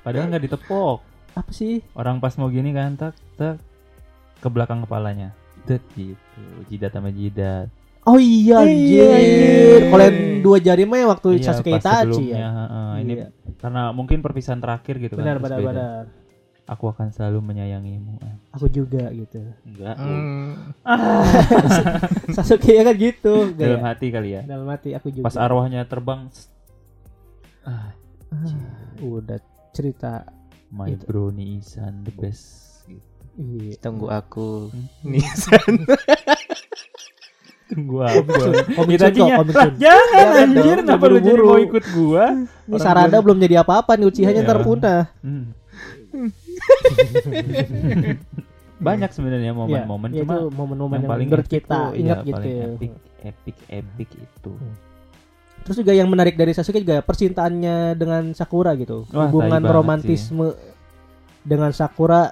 Speaker 2: padahal nggak ditepok
Speaker 3: apa sih
Speaker 2: orang pas mau gini kan tak tak ke belakang kepalanya Tet, gitu jidat sama jidat
Speaker 3: oh iya
Speaker 4: Iya,
Speaker 3: anjir
Speaker 4: iya.
Speaker 3: kalau yang dua jari mah yang waktu
Speaker 2: Iya,
Speaker 3: Sasuke
Speaker 2: pas
Speaker 3: Itachi
Speaker 2: sebelumnya,
Speaker 3: ya
Speaker 2: heeh. ini
Speaker 3: Iya.
Speaker 2: karena mungkin perpisahan terakhir gitu
Speaker 3: benar
Speaker 2: kan terus
Speaker 3: benar
Speaker 2: beda.
Speaker 3: benar
Speaker 2: aku akan selalu menyayangimu Eh,
Speaker 3: aku juga gitu
Speaker 2: enggak
Speaker 4: Hmm.
Speaker 3: Sasuke ya Gitu. kan gitu
Speaker 2: dalam
Speaker 3: kayak,
Speaker 2: hati kali ya
Speaker 3: dalam hati aku juga
Speaker 2: pas arwahnya terbang s- ah,
Speaker 3: udah cerita
Speaker 2: my
Speaker 3: Itu.
Speaker 2: brony isan the best gitu.
Speaker 3: iya
Speaker 4: Tunggu aku.
Speaker 2: Hmm.
Speaker 4: Nisan.
Speaker 2: tunggu aku
Speaker 3: Komitsun
Speaker 2: kita
Speaker 3: kok, Iya, komitsun.
Speaker 2: jangan
Speaker 3: Jangan
Speaker 2: anjir
Speaker 3: dong,
Speaker 2: kenapa lu jadi
Speaker 3: buru-buru.
Speaker 2: mau ikut gua
Speaker 3: ini Sarada belum jadi apa-apa nih Uchiha-nya
Speaker 2: Iya.
Speaker 3: ntar punah
Speaker 2: Hmm. Banyak sebenarnya momen-momen
Speaker 3: ya,
Speaker 2: cuma
Speaker 3: itu
Speaker 2: yang
Speaker 3: momen-momen yang,
Speaker 2: paling
Speaker 3: menurut
Speaker 2: epic
Speaker 3: kita
Speaker 2: tuh, iya,
Speaker 3: ingat gitu
Speaker 2: paling
Speaker 3: ya.
Speaker 2: epic, epic, epic itu.
Speaker 3: Terus juga yang menarik dari Sasuke juga percintaannya dengan Sakura gitu.
Speaker 2: Wah, tai
Speaker 3: Hubungan
Speaker 2: banget
Speaker 3: romantisme dengan Sakura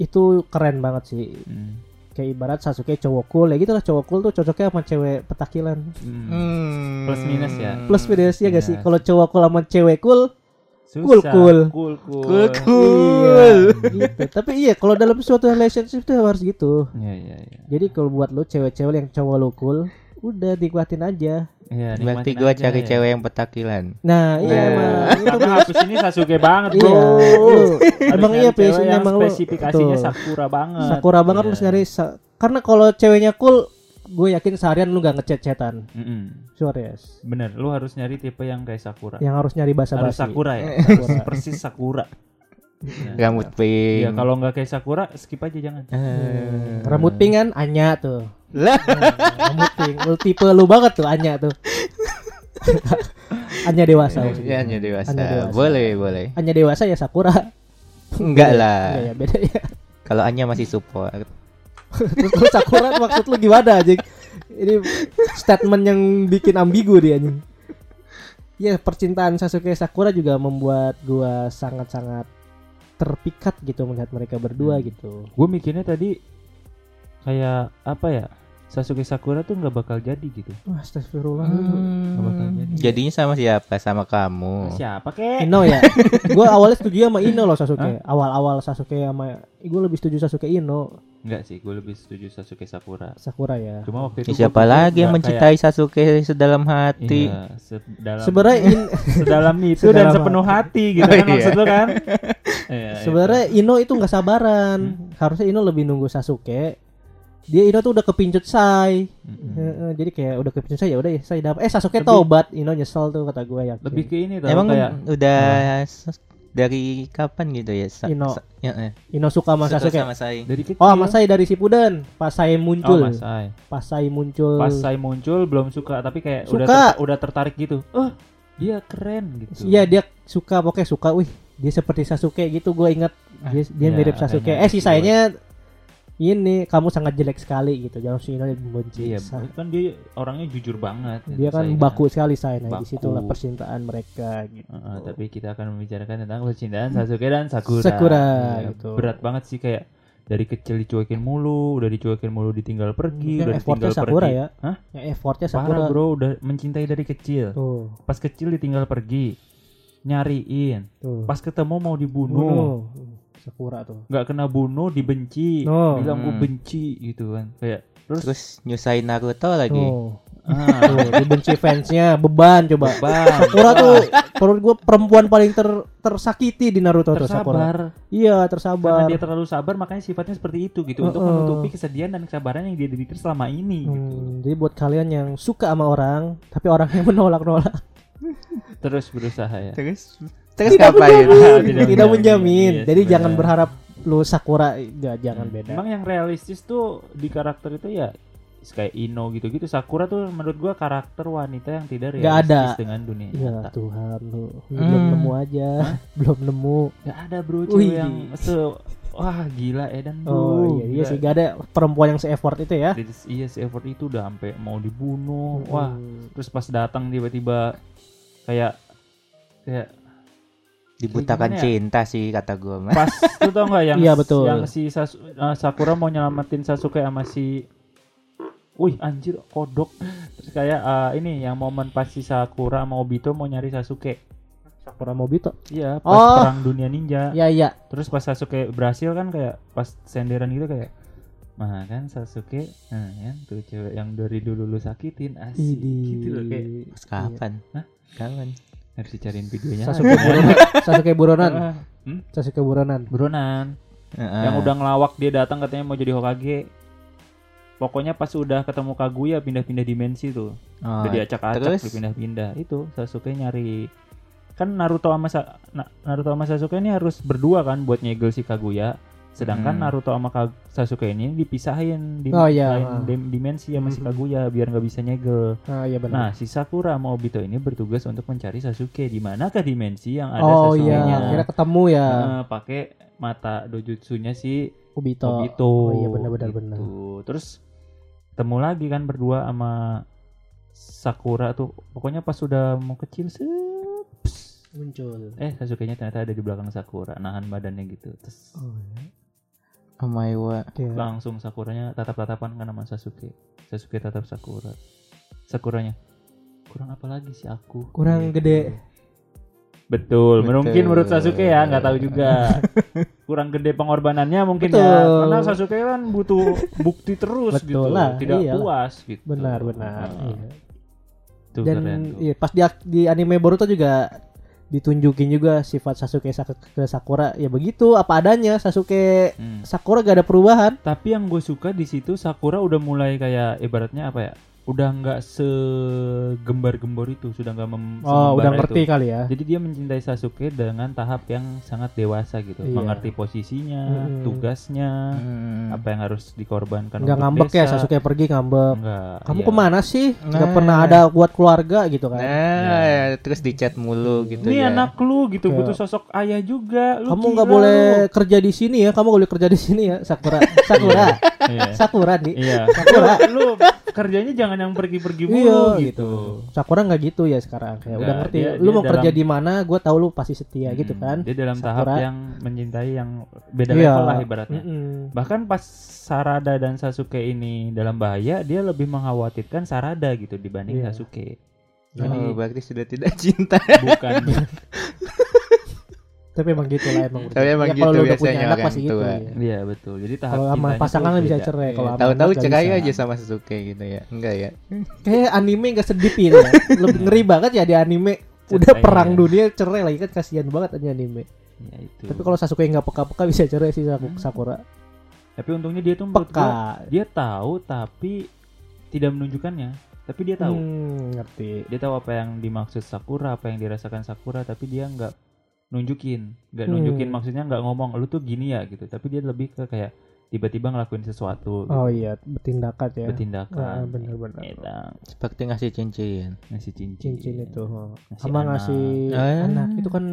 Speaker 3: itu keren banget sih.
Speaker 2: Hmm.
Speaker 3: Kayak ibarat Sasuke cowok cool ya gitu lah cowok cool tuh cocoknya sama cewek petakilan.
Speaker 2: Hmm.
Speaker 4: Hmm.
Speaker 2: Plus minus ya?
Speaker 3: Plus minus ya gak
Speaker 2: Yes.
Speaker 3: sih kalau cowok cool sama cewek cool
Speaker 2: Susah.
Speaker 3: cool.
Speaker 2: cool, cool.
Speaker 4: Cool,
Speaker 3: iya,
Speaker 4: cool.
Speaker 3: gitu. Tapi iya kalau dalam suatu relationship tuh harus gitu.
Speaker 2: Iya, iya, iya.
Speaker 3: Jadi kalau buat lu cewek-cewek yang cowok lu cool udah dikuatin aja.
Speaker 2: Iya,
Speaker 4: Berarti
Speaker 2: nikmatin
Speaker 4: gua
Speaker 2: aja
Speaker 4: cari
Speaker 2: ya.
Speaker 4: cewek yang petakilan.
Speaker 3: Nah, iya
Speaker 4: Nah.
Speaker 3: emang itu
Speaker 2: Karena habis ini Sasuke banget, Bro.
Speaker 3: Iya, lu.
Speaker 2: Harus
Speaker 3: Emang
Speaker 2: nyari
Speaker 3: iya,
Speaker 2: cewek
Speaker 3: passion
Speaker 2: yang
Speaker 3: emang lu.
Speaker 2: spesifikasinya
Speaker 3: Betul.
Speaker 2: Sakura banget.
Speaker 3: Sakura banget lu
Speaker 2: Iya.
Speaker 3: harus nyari sa- karena kalau ceweknya cool gue yakin seharian lu gak ngechat-chatan
Speaker 2: Mm-mm.
Speaker 3: sure yes
Speaker 2: Bener, lu harus nyari tipe yang kayak Sakura.
Speaker 3: yang harus nyari bahasa
Speaker 2: harus
Speaker 3: basi
Speaker 2: Sakura ya.
Speaker 3: Sakura.
Speaker 2: Persis Sakura. Iya.
Speaker 4: Rambut pink.
Speaker 3: Hmm.
Speaker 2: Ya kalau nggak kayak Sakura, skip aja jangan.
Speaker 4: Eh.
Speaker 3: rambut pink kan Anya tuh
Speaker 4: Lah.
Speaker 2: Iya,
Speaker 3: rambut pink lu tipe lu banget tuh Anya tuh Anya dewasa maksudnya.
Speaker 4: Ya, hanya dewasa.
Speaker 3: Hanya dewasa.
Speaker 4: Boleh, boleh.
Speaker 3: Anya dewasa ya Sakura
Speaker 2: Iya,
Speaker 4: Enggak lah.
Speaker 3: Enggak ya beda ya
Speaker 4: Kalau Anya masih support.
Speaker 3: terus terus Sakura maksud lu gimana anjing? Ini statement yang bikin ambigu dia anjing. Ya percintaan Sasuke Sakura juga membuat gua sangat-sangat terpikat gitu melihat mereka berdua gitu.
Speaker 2: Gue mikirnya tadi kayak apa ya? Sasuke Sakura tuh nggak bakal jadi gitu.
Speaker 3: Wah, astagfirullah.
Speaker 2: Nggak bakal
Speaker 4: Hmm.
Speaker 2: jadi.
Speaker 4: Jadinya sama siapa? Sama
Speaker 2: Hmm.
Speaker 4: kamu.
Speaker 2: Siapa kek?
Speaker 3: Ino ya. gua awalnya setuju sama Ino loh Sasuke. Awal-awal Sasuke sama gue lebih setuju Sasuke Ino,
Speaker 2: Enggak sih, gue lebih setuju Sasuke Sakura.
Speaker 3: Sakura ya.
Speaker 2: Cuma waktu
Speaker 4: Ya,
Speaker 2: itu gua
Speaker 4: siapa
Speaker 2: pikir
Speaker 4: lagi yang
Speaker 2: nggak kayak-
Speaker 4: mencintai Sasuke sedalam hati?
Speaker 2: ya? Iya, sedalam,
Speaker 3: Sebenarnya In-
Speaker 2: sedalam itu
Speaker 3: Sedalam
Speaker 2: dan sepenuh hati, gitu
Speaker 4: Oh,
Speaker 2: kan
Speaker 4: iya.
Speaker 2: maksud lu kan? Iya, iya.
Speaker 3: Sebenarnya Ino itu nggak sabaran. Harusnya Ino lebih nunggu Sasuke. Dia Ino tuh udah kepincut Sai.
Speaker 2: Mm-mm.
Speaker 3: Heeh, Jadi kayak udah kepincut Sai ya udah ya Sai dapat. Eh
Speaker 2: Hmm.
Speaker 3: Sasuke
Speaker 2: Lebih-
Speaker 3: tobat. Ino nyesel tuh kata gue yakin.
Speaker 2: lebih ke ini tau
Speaker 4: Emang
Speaker 2: kayak
Speaker 4: udah
Speaker 2: Hmm.
Speaker 4: s- dari kapan gitu ya? Sa-
Speaker 3: Ino.
Speaker 4: sa- ya, eh.
Speaker 3: Ino suka sama
Speaker 4: Suka
Speaker 3: Sasuke.
Speaker 4: sama saya.
Speaker 2: dari kecil.
Speaker 3: Oh sama Sai dari Shippuden. Pas
Speaker 2: Iya.
Speaker 3: Sai
Speaker 2: Oh,
Speaker 3: muncul.
Speaker 2: Mas Ai.
Speaker 3: Pas Sai muncul.
Speaker 2: Pas saya muncul belum suka tapi kayak udah
Speaker 3: Suka.
Speaker 2: ter- udah tertarik gitu. Oh, dia keren gitu.
Speaker 3: Iya dia suka pokoknya suka. Wih dia seperti Sasuke gitu gue inget. Dia, dia
Speaker 2: ya,
Speaker 3: mirip Sasuke.
Speaker 2: makanya
Speaker 3: Eh sisanya ini kamu sangat jelek sekali gitu. Jangan si Ino dibenci.
Speaker 2: Iya,
Speaker 3: Sa-
Speaker 2: kan dia orangnya jujur banget. gitu,
Speaker 3: dia kan
Speaker 2: saya.
Speaker 3: baku sekali saya nah
Speaker 2: Baku.
Speaker 3: disitulah percintaan mereka gitu
Speaker 2: Heeh, tapi kita akan membicarakan tentang percintaan Sasuke dan Sakura.
Speaker 3: Sakura,
Speaker 2: Iya,
Speaker 3: gitu.
Speaker 2: Berat banget sih kayak dari kecil dicuekin mulu, udah dicuekin mulu, ditinggal pergi,
Speaker 3: Mungkin
Speaker 2: udah
Speaker 3: effortnya
Speaker 2: ditinggal
Speaker 3: Sakura
Speaker 2: pergi.
Speaker 3: ya.
Speaker 2: Hah?
Speaker 3: yang effortnya
Speaker 2: Parah
Speaker 3: Sakura
Speaker 2: bro, udah mencintai dari kecil.
Speaker 3: tuh
Speaker 2: Pas kecil ditinggal pergi, nyariin.
Speaker 3: tuh
Speaker 2: Pas ketemu mau dibunuh,
Speaker 3: bunuh Sakura tuh
Speaker 2: nggak kena bunuh, dibenci,
Speaker 3: No.
Speaker 2: bilang gue
Speaker 4: Hmm.
Speaker 2: benci gitu kan. Kayak terus,
Speaker 4: Terus Oh. nyusahin Naruto lagi.
Speaker 3: tuh
Speaker 2: ah,
Speaker 3: tuh dibenci fansnya beban coba
Speaker 2: bang,
Speaker 3: Sakura tuh menurut gue perempuan paling ter- tersakiti di Naruto tuh Sakura
Speaker 2: tersabar.
Speaker 3: iya
Speaker 2: Karena
Speaker 3: tersabar
Speaker 2: dia terlalu sabar makanya sifatnya seperti itu gitu untuk
Speaker 3: Heeh.
Speaker 2: menutupi kesedihan dan kesabaran yang dia didikin selama ini gitu.
Speaker 3: Hmm, jadi buat kalian yang suka sama orang tapi orangnya menolak nolak
Speaker 2: Terus berusaha ya.
Speaker 4: Terus terus
Speaker 2: Ah,
Speaker 4: ngapain?
Speaker 2: tidak
Speaker 3: tidak,
Speaker 2: menjamin. Iya,
Speaker 3: menjamin
Speaker 2: Yes,
Speaker 3: jadi jangan
Speaker 2: benar.
Speaker 3: berharap lu Sakura enggak jangan beda
Speaker 2: Emang yang realistis tuh di karakter itu ya kayak Ino gitu-gitu. Sakura tuh menurut gua karakter wanita yang tidak
Speaker 3: Nggak
Speaker 2: realistis
Speaker 3: ada.
Speaker 2: dengan dunia
Speaker 3: Ya
Speaker 2: nyata.
Speaker 3: Tuhan lu, Lu
Speaker 4: Hmm.
Speaker 3: belum nemu aja, belum nemu.
Speaker 2: Nggak ada bro cewek
Speaker 3: Wih.
Speaker 2: yang se wah gila Edan bro.
Speaker 3: Oh iya, iya
Speaker 2: Gila.
Speaker 3: sih gak ada perempuan yang se-effort itu ya.
Speaker 2: Jadi, iya si effort itu udah sampai mau dibunuh. Oh, Wah,
Speaker 3: Hmm.
Speaker 2: terus pas datang tiba-tiba kayak kayak
Speaker 4: Dibutakan
Speaker 2: Gimana ya?
Speaker 4: cinta sih kata gua mah.
Speaker 2: pas itu tau nggak yang
Speaker 3: Iya, betul.
Speaker 2: yang si Sasu- eh, Sakura mau nyelamatin Sasuke sama si Wih anjir kodok Terus kayak eh, ini yang momen pas si Sakura sama Obito mau nyari Sasuke
Speaker 3: Sakura Mobito.
Speaker 2: Iya pas
Speaker 3: Oh.
Speaker 2: perang dunia ninja
Speaker 3: Ya iya.
Speaker 2: Terus pas Sasuke berhasil kan kayak pas senderan gitu kayak Nah kan Sasuke nah kan tuh cewek yang dari dulu lu sakitin asik
Speaker 3: Idi.
Speaker 2: gitu loh kayak
Speaker 4: Pas Kapan?
Speaker 2: Hah?
Speaker 4: Kapan?
Speaker 2: harus dicariin videonya
Speaker 3: iya. Sasuke Buronan. Sasuke Buronan.
Speaker 2: Ah,
Speaker 3: Sasuke Buronan.
Speaker 2: Buronan
Speaker 4: Heeh.
Speaker 2: yang udah ngelawak dia datang katanya mau jadi Hokage pokoknya pas udah ketemu Kaguya pindah-pindah dimensi tuh
Speaker 4: Oh,
Speaker 2: udah diacak-acak
Speaker 4: terus?
Speaker 2: pindah-pindah itu Sasuke nyari kan Naruto sama Sa- Na- Naruto sama Sasuke ini harus berdua kan buat nyegel si Kaguya sedangkan
Speaker 4: Hmm.
Speaker 2: Naruto sama Ka- Sasuke ini dipisahin di
Speaker 3: Oh, iya.
Speaker 2: lain dim- dimensi sama si
Speaker 4: Hmm.
Speaker 3: Mhm.
Speaker 2: Kaguya biar nggak bisa nyegel.
Speaker 3: Nah, iya benar.
Speaker 2: Nah, si Sakura sama Obito ini bertugas untuk mencari Sasuke di manakah dimensi yang Nah, ada
Speaker 3: oh iya,
Speaker 2: Sasuke-nya.
Speaker 3: akhirnya ketemu ya
Speaker 2: Nah, pakai mata dojutsunya si
Speaker 3: Obito.
Speaker 2: Oh, gitu.
Speaker 3: Oh iya benar-benar
Speaker 2: Gitu.
Speaker 3: benar.
Speaker 2: Terus ketemu lagi kan berdua sama Sakura tuh. Pokoknya pas sudah mau kecil set, pss.
Speaker 3: Muncul.
Speaker 2: eh Sasuke-nya ternyata ada di belakang Sakura, nahan badannya gitu. Terus
Speaker 3: Oh iya.
Speaker 4: Oh my god.
Speaker 3: Oke.
Speaker 2: langsung Sakuranya tatap-tatapan kan sama Sasuke. Sasuke tatap Sakura. Sakuranya kurang apa lagi sih aku?
Speaker 3: Kurang
Speaker 2: Gitu.
Speaker 3: gede.
Speaker 2: Betul.
Speaker 4: Betul.
Speaker 2: Mungkin menurut Sasuke ya, nggak tahu juga. Kurang gede pengorbanannya mungkin
Speaker 3: Betul.
Speaker 2: ya. Karena Sasuke kan butuh bukti terus gitu,
Speaker 3: Betul lah,
Speaker 2: tidak
Speaker 3: iyalah.
Speaker 2: puas gitu.
Speaker 3: Benar benar.
Speaker 2: Nah,
Speaker 3: Iya.
Speaker 2: Itu
Speaker 3: Dan
Speaker 2: keren tuh.
Speaker 3: iya, pas di, di anime Boruto juga ditunjukin juga sifat Sasuke Sak- ke Sakura ya begitu apa adanya Sasuke
Speaker 2: Hmm.
Speaker 3: Sakura gak ada perubahan
Speaker 2: Tapi yang gue suka di situ Sakura udah mulai kayak ibaratnya apa ya? udah nggak segembar-gembor itu, sudah nggak mem- semembara
Speaker 3: Oh, udah ngerti
Speaker 2: itu.
Speaker 3: kali ya.
Speaker 2: Jadi dia mencintai Sasuke dengan tahap yang sangat dewasa gitu,
Speaker 3: Iya.
Speaker 2: mengerti posisinya,
Speaker 3: Mm-mm.
Speaker 2: tugasnya,
Speaker 4: Hmm.
Speaker 2: apa yang harus dikorbankan.
Speaker 3: Nggak
Speaker 2: untuk
Speaker 3: ngambek ya
Speaker 2: desa.
Speaker 3: Sasuke pergi ngambek.
Speaker 2: Nggak,
Speaker 3: Kamu
Speaker 2: iya.
Speaker 3: kemana sih? Nggak
Speaker 4: Nah.
Speaker 3: pernah ada buat keluarga gitu kan.
Speaker 4: Nah, terus dicat mulu gitu
Speaker 2: Ini
Speaker 4: ya.
Speaker 2: anak lu gitu,
Speaker 3: Iya.
Speaker 2: butuh sosok ayah juga. Lu
Speaker 3: Kamu
Speaker 2: gila
Speaker 3: nggak
Speaker 2: lu.
Speaker 3: boleh kerja di sini ya. Kamu nggak boleh kerja di sini ya, Sakura. Sakura.
Speaker 2: Iya.
Speaker 3: Sakura nih.
Speaker 2: Iya.
Speaker 3: Sakura.
Speaker 2: lu kerjanya jangan yang pergi-pergi
Speaker 3: Iya,
Speaker 2: mulu
Speaker 3: gitu.
Speaker 2: gitu.
Speaker 3: Sakura nggak gitu ya sekarang kayak udah
Speaker 2: Nggak,
Speaker 3: ngerti.
Speaker 2: dia-
Speaker 3: lu
Speaker 2: dia
Speaker 3: mau kerja
Speaker 2: dalam-
Speaker 3: di mana, gue tahu lu pasti setia gitu
Speaker 2: Mm,
Speaker 3: kan.
Speaker 2: Dia dalam tahap
Speaker 3: Sakura.
Speaker 2: yang mencintai yang beda
Speaker 3: Iya.
Speaker 2: level lah ibaratnya.
Speaker 3: Mm-mm.
Speaker 2: Bahkan pas Sarada dan Sasuke ini dalam bahaya, dia lebih mengkhawatirkan Sarada gitu dibanding
Speaker 3: Iya.
Speaker 2: Sasuke. Nah,
Speaker 4: Oh, berarti sudah tidak cinta.
Speaker 2: Bukan
Speaker 3: Tapi emang gitu lah emang.
Speaker 4: Tapi emang
Speaker 3: kalau
Speaker 4: gitu
Speaker 3: lu udah punya
Speaker 4: biasanya
Speaker 3: anak
Speaker 4: orang
Speaker 3: pasti gitu.
Speaker 4: tua.
Speaker 3: ya.
Speaker 2: Iya, betul. Jadi tahap
Speaker 3: Kalau sama
Speaker 2: cintanya tuh
Speaker 3: pasangan kan bisa
Speaker 2: beda. Iya,
Speaker 3: cerai kalau sama
Speaker 4: Tahu-tahu
Speaker 3: anak nggak
Speaker 4: cekai
Speaker 3: bisa.
Speaker 4: aja sama Sasuke gitu ya. Enggak ya.
Speaker 3: Kayak anime gak sedih gitu ya. Lebih ngeri banget ya di anime. Udah
Speaker 4: ya.
Speaker 2: Ceritanya.
Speaker 3: perang dunia cerai lagi kan kasihan banget aja anime.
Speaker 4: Hmm.
Speaker 2: Ya, itu.
Speaker 3: Tapi kalau Sasuke nggak peka-peka bisa cerai sih Saku- Sakura.
Speaker 2: Tapi untungnya dia tuh menurut gua,
Speaker 3: Peka.
Speaker 2: dia tahu tapi tidak menunjukkannya. Tapi dia tahu.
Speaker 3: Hmm, ngerti.
Speaker 2: dia tahu apa yang dimaksud Sakura, apa yang dirasakan Sakura, tapi dia nggak nunjukin, nggak
Speaker 3: Hmm.
Speaker 2: nunjukin maksudnya nggak ngomong, lu tuh gini ya gitu, tapi dia lebih ke kayak tiba-tiba ngelakuin sesuatu,
Speaker 3: Oh
Speaker 2: gitu.
Speaker 3: iya, bertindakat ya. Ah,
Speaker 2: bertindakan,
Speaker 3: bener-bener.
Speaker 2: Edang,
Speaker 4: Seperti ngasih cincin.
Speaker 2: gitu. ngasih cincin,
Speaker 3: Cincin itu. oh.
Speaker 2: Ngasih
Speaker 3: Sama
Speaker 2: anak.
Speaker 3: ngasih
Speaker 4: Eh.
Speaker 3: anak. Itu kan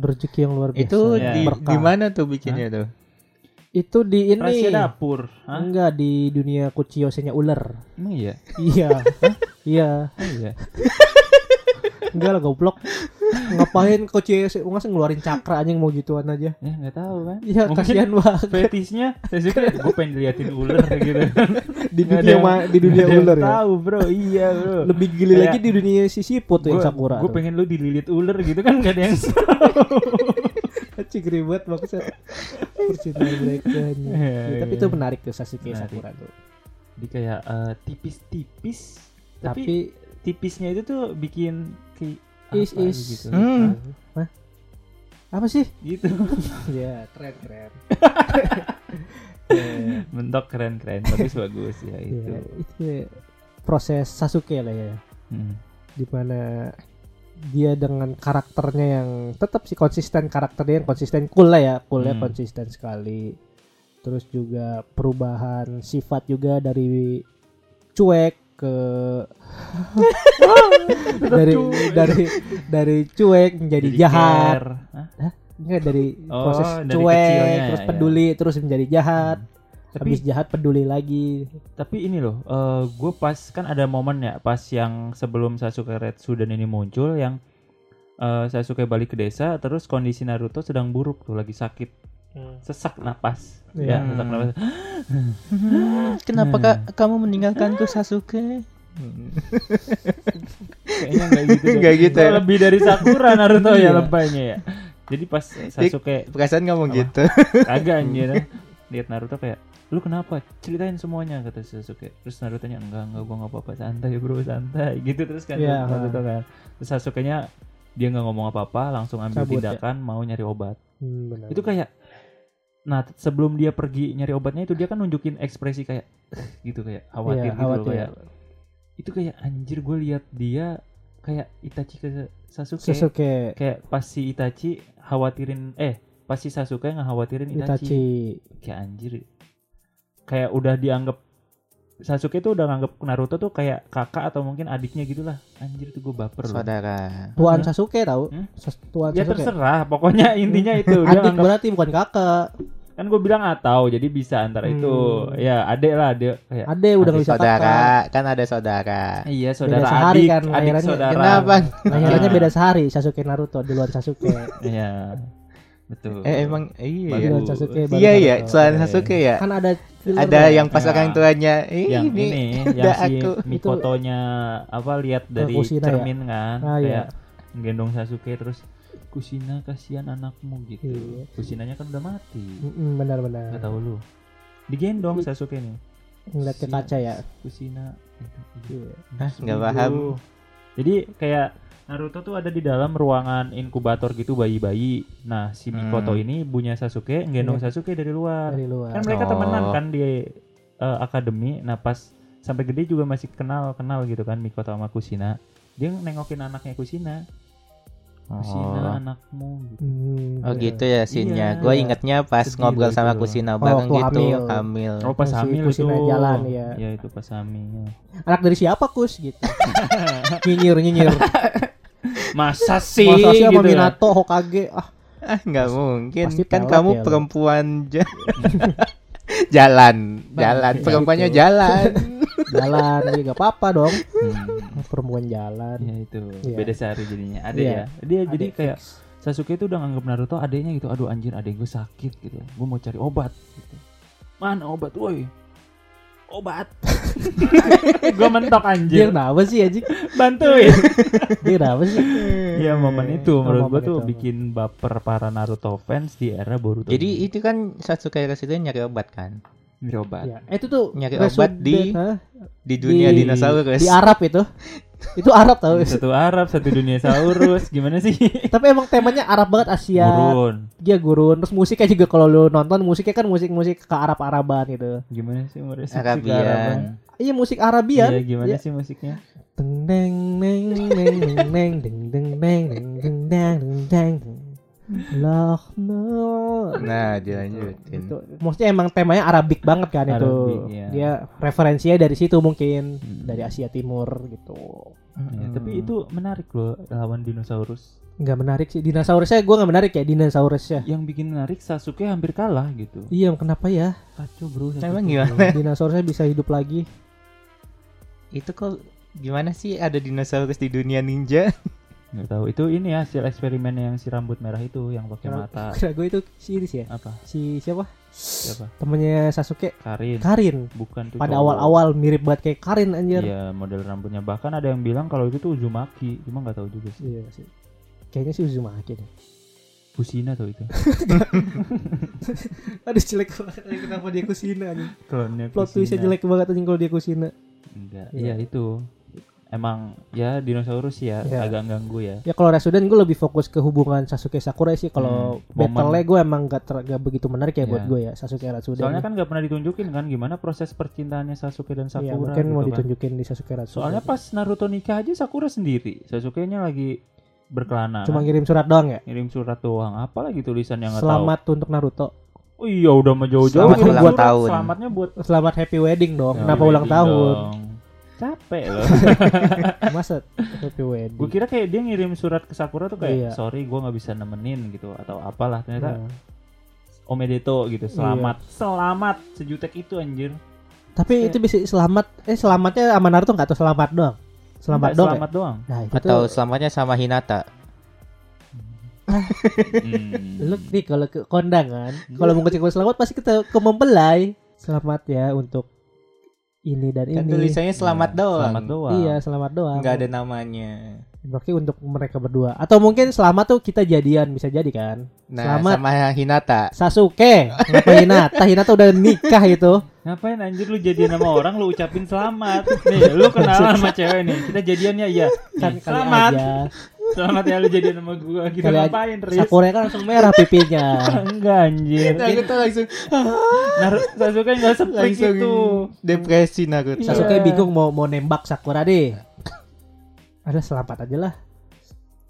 Speaker 3: rezeki yang luar biasa. ya.
Speaker 4: Itu
Speaker 2: Iya.
Speaker 4: di,
Speaker 3: Berkah.
Speaker 4: di mana tuh bikinnya tuh?
Speaker 3: Itu di ini. Hmm.
Speaker 2: rahasia dapur, Hah?
Speaker 3: Enggak di dunia kuciyosenya ular.
Speaker 2: emang iya,
Speaker 3: Iya. Iya.
Speaker 2: oh, iya,
Speaker 3: Enggak lah goblok. Ngapain E kuciyo masa ngeluarin cakra anjing mau gituan aja.
Speaker 2: ya nggak tahu kan,
Speaker 3: Iya,
Speaker 2: Mungkin
Speaker 3: kasihan banget. Iya,
Speaker 2: fetisnya, saya suka, gue pengen diliatin ular gitu,
Speaker 3: di
Speaker 2: Nggak ada
Speaker 3: dunia
Speaker 2: yang-
Speaker 3: ma- di dunia
Speaker 2: Nggak ada yang
Speaker 3: ular ya.
Speaker 2: tahu bro, iya bro,
Speaker 3: Lebih gila
Speaker 2: Kayak-
Speaker 3: lagi di dunia si siput tuh yang Sakura.
Speaker 2: gue
Speaker 3: tuh.
Speaker 2: pengen lu dililit ular gitu kan gak ada yang
Speaker 3: Cik ribet maksud. Percintaan mereka. ini.
Speaker 2: Iya,
Speaker 3: Ya, tapi
Speaker 2: iya.
Speaker 3: itu menarik tuh Sasuke
Speaker 2: Menarik.
Speaker 3: Sakura tuh.
Speaker 2: Jadi kayak eh, tipis-tipis, tapi,
Speaker 3: Tapi,
Speaker 2: tipisnya itu tuh bikin kayak
Speaker 3: is
Speaker 2: apa
Speaker 3: is
Speaker 2: gitu.
Speaker 4: Hmm.
Speaker 3: Hah? Apa sih?
Speaker 2: Gitu.
Speaker 3: Ya, keren keren.
Speaker 2: Mentok keren-keren, bagus bagus ya itu.
Speaker 3: Ya, itu ya proses Sasuke lah ya.
Speaker 2: Hmm.
Speaker 3: dimana dia dengan karakternya yang tetap sih konsisten karakternya yang konsisten cool lah ya coolnya
Speaker 2: Hmm.
Speaker 3: konsisten sekali terus juga perubahan sifat juga dari cuek ke dari dari dari cuek menjadi
Speaker 2: Jadi
Speaker 3: jahat
Speaker 2: care. Hah?
Speaker 3: enggak dari
Speaker 2: Oh,
Speaker 3: proses
Speaker 2: dari
Speaker 3: cuek
Speaker 2: kecilnya,
Speaker 3: terus
Speaker 2: ya. Hmm.
Speaker 3: peduli terus menjadi jahat
Speaker 2: Tapi
Speaker 3: habis jahat peduli lagi
Speaker 2: tapi ini loh, gue pas kan ada momen ya pas yang sebelum Sasuke Red Sudan ini muncul yang eh, Sasuke balik ke desa terus kondisi Naruto sedang buruk tuh lagi sakit, sesak napas. Ya,
Speaker 3: Iya.
Speaker 2: sesak napas.
Speaker 4: Kenapa
Speaker 2: Hmm.
Speaker 4: Kak, kamu meninggalkanku Sasuke?
Speaker 2: Kayaknya nggak gitu. deh.
Speaker 4: Nggak gitu ya?
Speaker 2: Lebih dari Sakura Naruto ya
Speaker 4: Iya.
Speaker 2: lebaynya ya. Jadi pas Sasuke
Speaker 4: Perasaan ngomong
Speaker 2: Apa?
Speaker 4: gitu.
Speaker 2: kagak anjir lihat Naruto kayak lu kenapa ceritain semuanya kata Sasuke terus Naruto nya enggak enggak gua nggak apa-apa santai bro santai gitu terus kan
Speaker 3: Iya,
Speaker 2: Naruto kan terus Sasuke nya dia nggak ngomong apa-apa langsung ambil
Speaker 3: Cabut, ya.
Speaker 2: tindakan mau nyari obat
Speaker 3: Hmm, benar.
Speaker 2: itu kan kayak nah t- sebelum dia pergi nyari obatnya itu dia kan nunjukin ekspresi kayak gitu kayak khawatir
Speaker 3: Iya,
Speaker 2: gitu loh,
Speaker 3: khawatir.
Speaker 2: kayak itu kayak anjir gue lihat dia kayak Itachi ke Sasuke
Speaker 3: Sasuke
Speaker 2: kayak pas si Itachi khawatirin eh pas si Sasuke ngekhawatirin Itachi.
Speaker 3: Itachi
Speaker 2: kayak anjir kayak udah dianggap Sasuke tuh udah nganggap Naruto tuh kayak kakak atau mungkin adiknya gitulah anjir tuh gue baper loh
Speaker 4: Saudara.
Speaker 3: Tuan
Speaker 2: Hah?
Speaker 3: Sasuke tahu?
Speaker 2: Hmm?
Speaker 3: Sas- Tuan
Speaker 2: ya
Speaker 3: Sasuke.
Speaker 2: terserah pokoknya intinya itu dia
Speaker 3: Adik
Speaker 2: nganggap
Speaker 3: berarti bukan kakak.
Speaker 2: kan gue bilang atau jadi bisa antara itu
Speaker 3: Hmm.
Speaker 2: ya adek lah dia kayak
Speaker 3: Ade udah
Speaker 2: Adik
Speaker 3: nggak bisa kakak.
Speaker 4: Saudara, kan ada saudara.
Speaker 2: iya saudara
Speaker 3: Beda sehari
Speaker 2: adik
Speaker 3: kan,
Speaker 2: adik
Speaker 3: lahirannya.
Speaker 2: saudara
Speaker 4: Kenapa?
Speaker 3: Lahirannya beda sehari Sasuke Naruto di luar Sasuke.
Speaker 4: Ya.
Speaker 2: iya betul
Speaker 4: Eh emang iya
Speaker 3: Di
Speaker 4: ya.
Speaker 2: Bagus.
Speaker 3: luar Sasuke baru
Speaker 4: Iya ya,
Speaker 3: Naruto.
Speaker 4: selain
Speaker 2: Iya, iya.
Speaker 4: Sasuke ya.
Speaker 3: Kan ada filler
Speaker 4: Ada
Speaker 3: tuh.
Speaker 4: yang pas
Speaker 2: Nah.
Speaker 4: orang tuanya. Ih,
Speaker 2: yang
Speaker 4: ini.
Speaker 2: ini, yang
Speaker 4: udah
Speaker 2: si
Speaker 4: aku.
Speaker 2: Mikotonya apa lihat dari
Speaker 3: Kusina ya?
Speaker 2: cermin kan
Speaker 3: Ah,
Speaker 2: kayak
Speaker 3: iya.
Speaker 2: gendong Sasuke terus Kusina kasihan anakmu gitu
Speaker 3: Iya.
Speaker 2: Kusinanya kan udah mati
Speaker 3: Mm-mm, benar-benar.
Speaker 2: nggak tahu lu digendong Sasuke nih
Speaker 3: Ngeliat ke kaca ya.
Speaker 2: Kusina gitu, gitu.
Speaker 3: Iya.
Speaker 4: Hah, nggak
Speaker 2: Gitu.
Speaker 4: paham.
Speaker 2: jadi kayak Naruto tuh ada di dalam ruangan inkubator gitu bayi-bayi nah si Mikoto
Speaker 4: Hmm.
Speaker 2: ini punya Sasuke gendong
Speaker 3: Iya.
Speaker 2: Sasuke dari luar
Speaker 3: Dari luar.
Speaker 2: kan mereka
Speaker 4: Oh.
Speaker 2: temenan kan di eh, akademi nah pas sampai gede juga masih kenal kenal gitu kan Mikoto sama Kusina dia nengokin anaknya Kusina Kusina anakmu gitu.
Speaker 3: Hmm,
Speaker 4: Oh
Speaker 3: iya.
Speaker 4: gitu ya sinnya.
Speaker 2: Iya.
Speaker 4: Gue ingetnya pas
Speaker 2: Sedih
Speaker 4: ngobrol
Speaker 2: gua
Speaker 4: sama
Speaker 2: itu.
Speaker 4: Kusina
Speaker 3: Oh,
Speaker 4: bareng
Speaker 3: waktu
Speaker 4: gitu
Speaker 3: hamil.
Speaker 4: ya hamil.
Speaker 2: oh pas
Speaker 3: Si
Speaker 2: hamil
Speaker 3: Kusina
Speaker 2: itu
Speaker 3: jalan, iya.
Speaker 2: ya itu pas hamil
Speaker 3: Anak dari siapa Kus gitu. nyinyir nyinyir.
Speaker 2: masa sih
Speaker 3: Masa sih sama
Speaker 2: gitu ya.
Speaker 3: Minato Hokage ah
Speaker 4: Ah nggak mungkin.
Speaker 3: pasti
Speaker 4: Kan
Speaker 3: pelet
Speaker 4: kamu
Speaker 3: ya lu.
Speaker 4: perempuan ja- jalan,
Speaker 2: Bang,
Speaker 4: jalan.
Speaker 2: ya
Speaker 4: Perempuannya
Speaker 3: gitu.
Speaker 4: jalan.
Speaker 3: jalan ya gak apa-apa dong.
Speaker 2: Hmm.
Speaker 3: Perempuan jalan.
Speaker 2: Ya itu
Speaker 3: Iya.
Speaker 2: beda sehari jadinya. Ada
Speaker 3: Iya.
Speaker 2: ya. Dia jadi
Speaker 3: Adik
Speaker 2: kayak
Speaker 3: fix.
Speaker 2: Sasuke itu udah nganggap Naruto adiknya gitu. Aduh anjir adek gue sakit gitu. Gue mau cari obat gitu. Mana obat woi? Obat. gue mentok
Speaker 3: dia
Speaker 2: anjir.
Speaker 3: kenapa sih anjing?
Speaker 2: Bantuin.
Speaker 3: Dia kenapa sih?
Speaker 2: ya. Iya momen itu
Speaker 3: Oh,
Speaker 2: menurut gue
Speaker 3: momen
Speaker 2: tuh
Speaker 3: itu.
Speaker 2: bikin baper para Naruto fans di era Boruto.
Speaker 4: Jadi
Speaker 2: ini.
Speaker 4: itu kan Sasuke Resident nyari obat kan
Speaker 2: Ini obat.
Speaker 3: Ya, eh, itu tuh
Speaker 4: Nyari
Speaker 3: Resident,
Speaker 4: obat di-
Speaker 3: hah?
Speaker 4: di dunia
Speaker 2: Di-
Speaker 4: dinosaurus.
Speaker 3: di Arab itu. Itu Arab tau.
Speaker 2: Satu Arab, satu dunia Saurus. Gimana sih?
Speaker 3: Tapi emang temanya Arab banget Asia.
Speaker 2: Gurun.
Speaker 3: Iya gurun. Terus musiknya juga kalau lu nonton musiknya kan musik-musik ke Arab-Araban gitu.
Speaker 2: Gimana sih mereka kan?
Speaker 4: Arabian.
Speaker 3: Iya musik
Speaker 2: Iya,
Speaker 3: Arabian.
Speaker 2: gimana
Speaker 3: Iya.
Speaker 2: sih musiknya?
Speaker 3: Deng deng deng deng deng deng deng deng deng deng deng deng deng deng Lahna.
Speaker 4: Nah, dilanjutin.
Speaker 3: Itu Gitu. maksudnya emang temanya Arabik banget kan itu.
Speaker 2: Arabik, iya.
Speaker 3: Dia referensinya dari situ mungkin
Speaker 2: Hmm.
Speaker 3: dari Asia Timur gitu.
Speaker 4: Hmm. Iya,
Speaker 2: Ya, tapi itu menarik loh lawan dinosaurus.
Speaker 3: Nggak menarik sih dinosaurusnya gue nggak menarik ya dinosaurusnya.
Speaker 2: Yang bikin menarik Sasuke hampir kalah gitu.
Speaker 3: Iya kenapa ya
Speaker 2: Kacau bro. Sasuke,
Speaker 4: Emang
Speaker 2: bro.
Speaker 4: gimana?
Speaker 3: dinosaurusnya bisa hidup lagi?
Speaker 4: itu kok gimana sih ada dinosaurus di dunia ninja?
Speaker 2: Nggak tahu. Itu ini ya hasil eksperimen yang si rambut merah itu yang pakai mata
Speaker 3: Kira gue itu si ini sih ya
Speaker 2: apa?
Speaker 3: si siapa
Speaker 2: Siapa?
Speaker 3: temennya Sasuke
Speaker 2: Karin.
Speaker 3: Karin.
Speaker 2: Bukan tuh.
Speaker 3: Pada
Speaker 2: cowok.
Speaker 3: awal-awal mirip banget kayak Karin anjir.
Speaker 2: Iya model rambutnya. Bahkan ada yang bilang kalau itu tuh Uzumaki. Cuma nggak tahu juga sih.
Speaker 3: Iya sih. Kayaknya sih Uzumaki deh.
Speaker 2: Kusina tuh itu.
Speaker 3: Aduh jelek banget anjing, kenapa dia Kusina anjing.
Speaker 2: Klonnya
Speaker 3: Plot twistnya
Speaker 2: Kusina.
Speaker 3: jelek banget anjing kalau dia Kusina.
Speaker 2: Enggak. Iya
Speaker 3: Iya.
Speaker 2: itu. Emang ya dinosaurus ya
Speaker 3: Iya.
Speaker 2: agak ganggu ya.
Speaker 3: Ya kalau Resident gue lebih fokus ke hubungan Sasuke Sakura sih. Kalau
Speaker 2: Hmm, momen.
Speaker 3: battle-nya gue emang gak, ter- gak begitu menarik ya
Speaker 2: Iya.
Speaker 3: buat gue ya Sasuke Ratsuden.
Speaker 2: Soalnya kan nggak pernah ditunjukin kan gimana proses percintaannya Sasuke dan Sakura.
Speaker 3: Iya, mungkin
Speaker 2: gitu
Speaker 3: mau
Speaker 2: kan.
Speaker 3: ditunjukin di Sasuke Ratsuden.
Speaker 2: Soalnya pas Naruto nikah aja Sakura sendiri, Sasuke-nya lagi berkelana.
Speaker 3: cuma ngirim surat doang ya.
Speaker 2: ngirim surat doang. Apalagi tulisan kan yang nggak tahu.
Speaker 3: Selamat untuk Naruto.
Speaker 2: Oh iya udah mau jauh-jauh.
Speaker 4: Selamat
Speaker 2: ngirim
Speaker 4: ulang
Speaker 2: surat.
Speaker 4: tahun.
Speaker 2: Selamatnya buat
Speaker 3: Selamat happy wedding dong. Kenapa
Speaker 2: Happy
Speaker 3: ulang
Speaker 2: wedding
Speaker 3: tahun?
Speaker 2: dong. Capek loh.
Speaker 3: Masa happy wedding?
Speaker 2: gue kira kayak dia ngirim surat ke Sakura tuh kayak
Speaker 3: Iya.
Speaker 2: sorry gue nggak bisa nemenin gitu atau apalah ternyata
Speaker 3: Nah.
Speaker 2: Omedeto gitu.
Speaker 3: Iya.
Speaker 2: Selamat, selamat sejutek itu anjir. Iya.
Speaker 3: Tapi itu bisa selamat eh selamatnya sama Naruto enggak atau selamat doang? Selamat
Speaker 2: Nggak,
Speaker 3: doang. ya?
Speaker 2: Selamat doang.
Speaker 3: Nah, itu
Speaker 4: Atau
Speaker 3: tuh,
Speaker 4: selamatnya sama Hinata?
Speaker 2: Hmm.
Speaker 3: lu nih kalau ke kondangan,
Speaker 2: Iya.
Speaker 3: kalau mau ngecek selamat pasti kita ke mempelai. Selamat ya untuk ini dan
Speaker 4: Kan
Speaker 3: ini.
Speaker 4: tulisannya selamat
Speaker 2: Nah,
Speaker 4: doang.
Speaker 2: Selamat doang.
Speaker 3: Iya, selamat doang.
Speaker 4: Nggak ada namanya.
Speaker 3: Berarti untuk mereka berdua. Atau mungkin selamat tuh kita jadian bisa jadi kan?
Speaker 4: Nah,
Speaker 3: Selamat.
Speaker 4: sama Hinata.
Speaker 3: Sasuke, kenapa Hinata? Hinata udah nikah itu.
Speaker 2: Ngapain anjir lu jadian sama orang lu ucapin selamat. Nih, lu kenalan sama cewek nih. Kita jadiannya ya.
Speaker 3: Kan kali
Speaker 2: selamat.
Speaker 3: aja.
Speaker 2: Selamat ya lu jadian sama gua. Kita
Speaker 3: Kali aja.
Speaker 2: ngapain, Riz?
Speaker 3: Sakura kan langsung merah pipinya.
Speaker 2: Enggak
Speaker 3: Iya,
Speaker 2: anjir.
Speaker 3: kan?
Speaker 4: Naruto langsung
Speaker 2: Naruto Sasuke enggak seprik
Speaker 4: Ah, langsung
Speaker 2: itu.
Speaker 3: Oh,
Speaker 4: depresi nah Naruto.
Speaker 2: Iya.
Speaker 3: Sasuke bingung mau mau nembak Sakura deh. Ada selamat aja lah.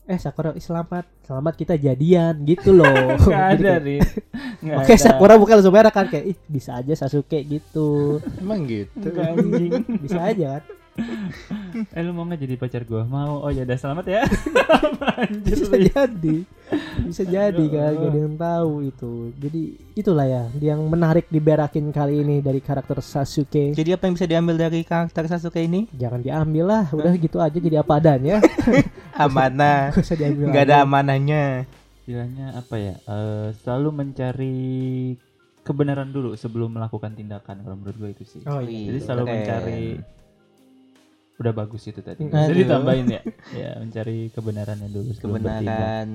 Speaker 3: Eh Sakura, ih, selamat, selamat kita jadian gitu loh.
Speaker 2: Enggak ada,
Speaker 3: Jadi kayak,
Speaker 2: Riz. Nggak
Speaker 3: Oke
Speaker 2: ada.
Speaker 3: Sakura bukan langsung merah kan kayak ih bisa aja Sasuke gitu.
Speaker 4: Emang gitu.
Speaker 2: Enggak, anjing.
Speaker 3: Bisa aja kan.
Speaker 2: Eh lu mau enggak jadi pacar gua? Mau. Oh ya udah selamat ya. anjir.
Speaker 3: Bisa
Speaker 2: Riz.
Speaker 3: jadi. Bisa jadi kan, gak ada yang tahu itu. Jadi itulah ya yang menarik diberakin kali ini dari karakter Sasuke.
Speaker 4: Jadi apa yang bisa diambil dari karakter Sasuke ini?
Speaker 3: Jangan diambil lah, udah gitu aja jadi apa adanya.
Speaker 4: Amanah.
Speaker 3: Gak usah diambil.
Speaker 4: Nggak ada amanahnya.
Speaker 2: Istilahnya apa ya? Eh, selalu mencari kebenaran dulu sebelum melakukan tindakan kalau menurut gua itu sih.
Speaker 3: Oh iya.
Speaker 2: Jadi selalu
Speaker 4: Gitu. Keren.
Speaker 2: mencari udah bagus itu tadi.
Speaker 3: Aduh.
Speaker 2: Jadi tambahin ya. Ya, mencari kebenarannya dulu sebelum bertindak.
Speaker 4: Kebenaran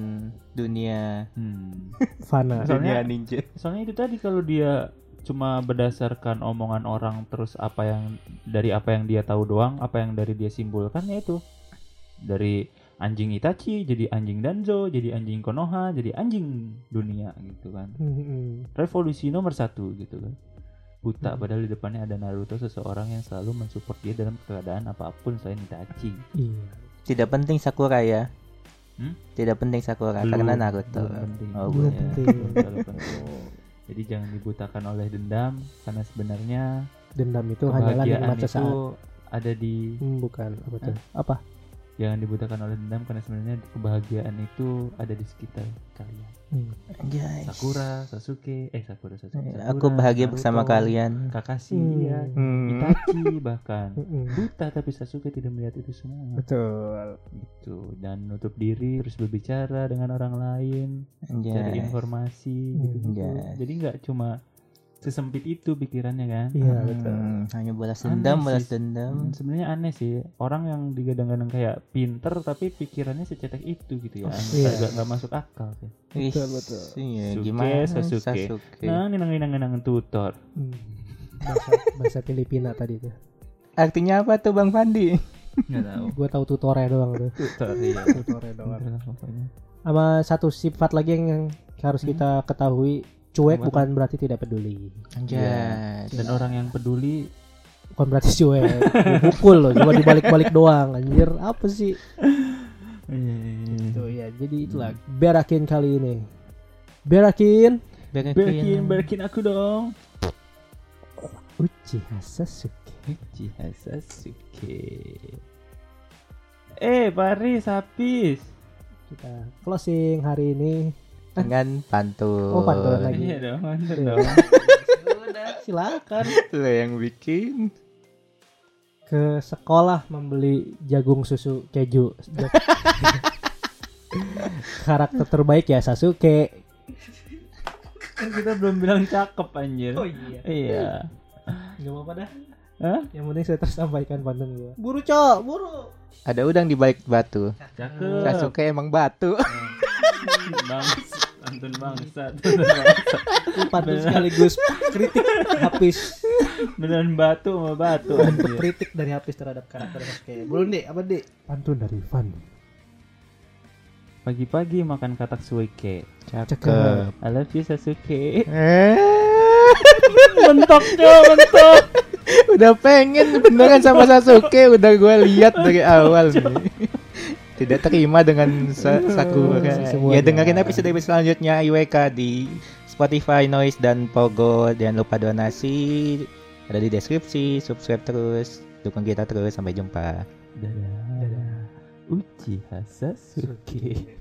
Speaker 4: dunia
Speaker 2: Hmm.
Speaker 3: Fana.
Speaker 4: dunia
Speaker 2: Soalnya-
Speaker 4: ninja.
Speaker 2: Soalnya itu tadi kalau dia cuma berdasarkan omongan orang terus apa yang dari apa yang dia tahu doang, apa yang dari dia simpulkan ya itu. Dari anjing Itachi jadi anjing Danzo, jadi anjing Konoha, jadi anjing dunia gitu kan.
Speaker 3: Mm-mm.
Speaker 2: Revolusi nomor satu gitu kan. buta
Speaker 4: Hmm.
Speaker 2: padahal di depannya ada Naruto seseorang yang selalu mensupport dia dalam keadaan apapun selain Itachi.
Speaker 3: Iya.
Speaker 4: Tidak penting Sakura ya.
Speaker 2: Hmm?
Speaker 4: Tidak penting Sakura
Speaker 2: Belum.
Speaker 4: karena Naruto.
Speaker 2: Belum penting.
Speaker 4: Oh,
Speaker 3: Belum
Speaker 4: belum.
Speaker 2: Ya,
Speaker 3: penting.
Speaker 2: belum terlalu penting. Jadi jangan dibutakan oleh dendam karena sebenarnya
Speaker 3: Dendam itu hanyalah
Speaker 2: kebahagiaan
Speaker 3: nikmat
Speaker 2: itu
Speaker 3: sesaat.
Speaker 2: ada di
Speaker 3: Hmm, bukan apa tuh? Apa?
Speaker 2: jangan dibutakan oleh dendam karena sebenarnya kebahagiaan itu ada di sekitar kalian.
Speaker 3: Hmm.
Speaker 4: Anjay.
Speaker 2: Sakura, Sasuke, eh Sakura, Sasuke.
Speaker 4: Iya, Aku
Speaker 2: Sakura,
Speaker 4: bahagia
Speaker 2: Naruto,
Speaker 4: bersama kalian.
Speaker 2: Kakashi,
Speaker 3: Hmm.
Speaker 2: ya,
Speaker 4: Hmm.
Speaker 2: Itachi bahkan.
Speaker 3: Mm-mm.
Speaker 2: Buta tapi Sasuke tidak melihat itu semua.
Speaker 3: Betul.
Speaker 2: Gitu. Dan nutup diri, terus berbicara dengan orang lain, cari
Speaker 4: Anjay.
Speaker 2: informasi
Speaker 3: Hmm.
Speaker 2: gitu.
Speaker 4: Yes.
Speaker 2: Jadi nggak cuma sesempit itu pikirannya kan.
Speaker 3: Iya betul.
Speaker 4: Hmm, hanya balas
Speaker 2: Aneh
Speaker 4: dendam,
Speaker 2: sih.
Speaker 4: balas dendam.
Speaker 2: Hmm, Sebenarnya aneh sih orang yang digadang-gadang kayak pinter tapi pikirannya secetek itu gitu ya.
Speaker 3: Iya.
Speaker 2: Agak nggak masuk akal sih.
Speaker 4: Ih,
Speaker 3: Betul, betul.
Speaker 4: Iya,
Speaker 2: Sasuke,
Speaker 4: gimana
Speaker 2: Sasuke. Nah, ninang-ninang tutor.
Speaker 3: Hmm. Bahasa, bahasa Filipina tadi tuh.
Speaker 4: Artinya apa tuh Bang Pandi?
Speaker 2: Nggak tahu.
Speaker 3: Gua tahu tutore doang tuh.
Speaker 2: Tutor iya.
Speaker 3: tutore doang.
Speaker 2: Pinter lah pokoknya.
Speaker 3: Sama satu sifat lagi yang, yang harus
Speaker 2: Hmm.
Speaker 3: kita ketahui,
Speaker 2: Apa
Speaker 3: cuek
Speaker 2: tuh?
Speaker 3: bukan berarti tidak peduli.
Speaker 4: Anjay.
Speaker 2: Iya. Dan orang yang peduli
Speaker 3: Bukan berarti cuek. Dipukul loh, cuma dibalik-balik doang. Anjir, apa sih?
Speaker 2: gitu.
Speaker 3: Tuh ya, jadi itulah berakin kali ini. Berakin
Speaker 2: Berkin,
Speaker 4: Berkin.
Speaker 2: berkin aku dong.
Speaker 3: Uchiha Sasuke.
Speaker 2: Uchiha Sasuke. Eh, Paris habis.
Speaker 3: Kita closing hari ini.
Speaker 4: Dengan pantun.
Speaker 3: Oh, pantun lagi.
Speaker 2: Iya dong, mantap dong.
Speaker 3: Silakan
Speaker 4: Lo yang bikin.
Speaker 3: ke sekolah membeli jagung susu keju. Karakter terbaik ya Sasuke.
Speaker 2: Kan kita belum bilang cakep anjir.
Speaker 3: iya.
Speaker 2: Iya.
Speaker 3: Gak apa-apa dah.
Speaker 2: Hah?
Speaker 3: Yang penting saya tersampaikan pantun gua. Buru, Cok, buru.
Speaker 4: Ada udang di balik batu.
Speaker 2: Cakep.
Speaker 4: Sasuke emang batu.
Speaker 2: Bang, pantun bangsat.
Speaker 3: Itu pantun sekaligus kritik habis
Speaker 2: Beneran batu sama batu anjir.
Speaker 3: kritik dari habis terhadap karakter Sasuke. Belum deh, apa deh? Pantun dari Van.
Speaker 2: Pagi-pagi makan katak suike.
Speaker 3: Cakep.
Speaker 2: I love you Sasuke.
Speaker 4: Eh,
Speaker 2: mentok coy, mentok.
Speaker 4: udah pengen beneran sama Sasuke. Udah gue lihat dari awal nih. Tidak terima dengan Sa- Sakura.
Speaker 3: Semuanya.
Speaker 4: Ya dengerin episode episode selanjutnya IWK di Spotify, Noise dan Pogo. Jangan lupa donasi ada di deskripsi. Subscribe terus, dukung kita terus. Sampai jumpa.
Speaker 2: Dadah. Dadah. Uchiha Sasuke.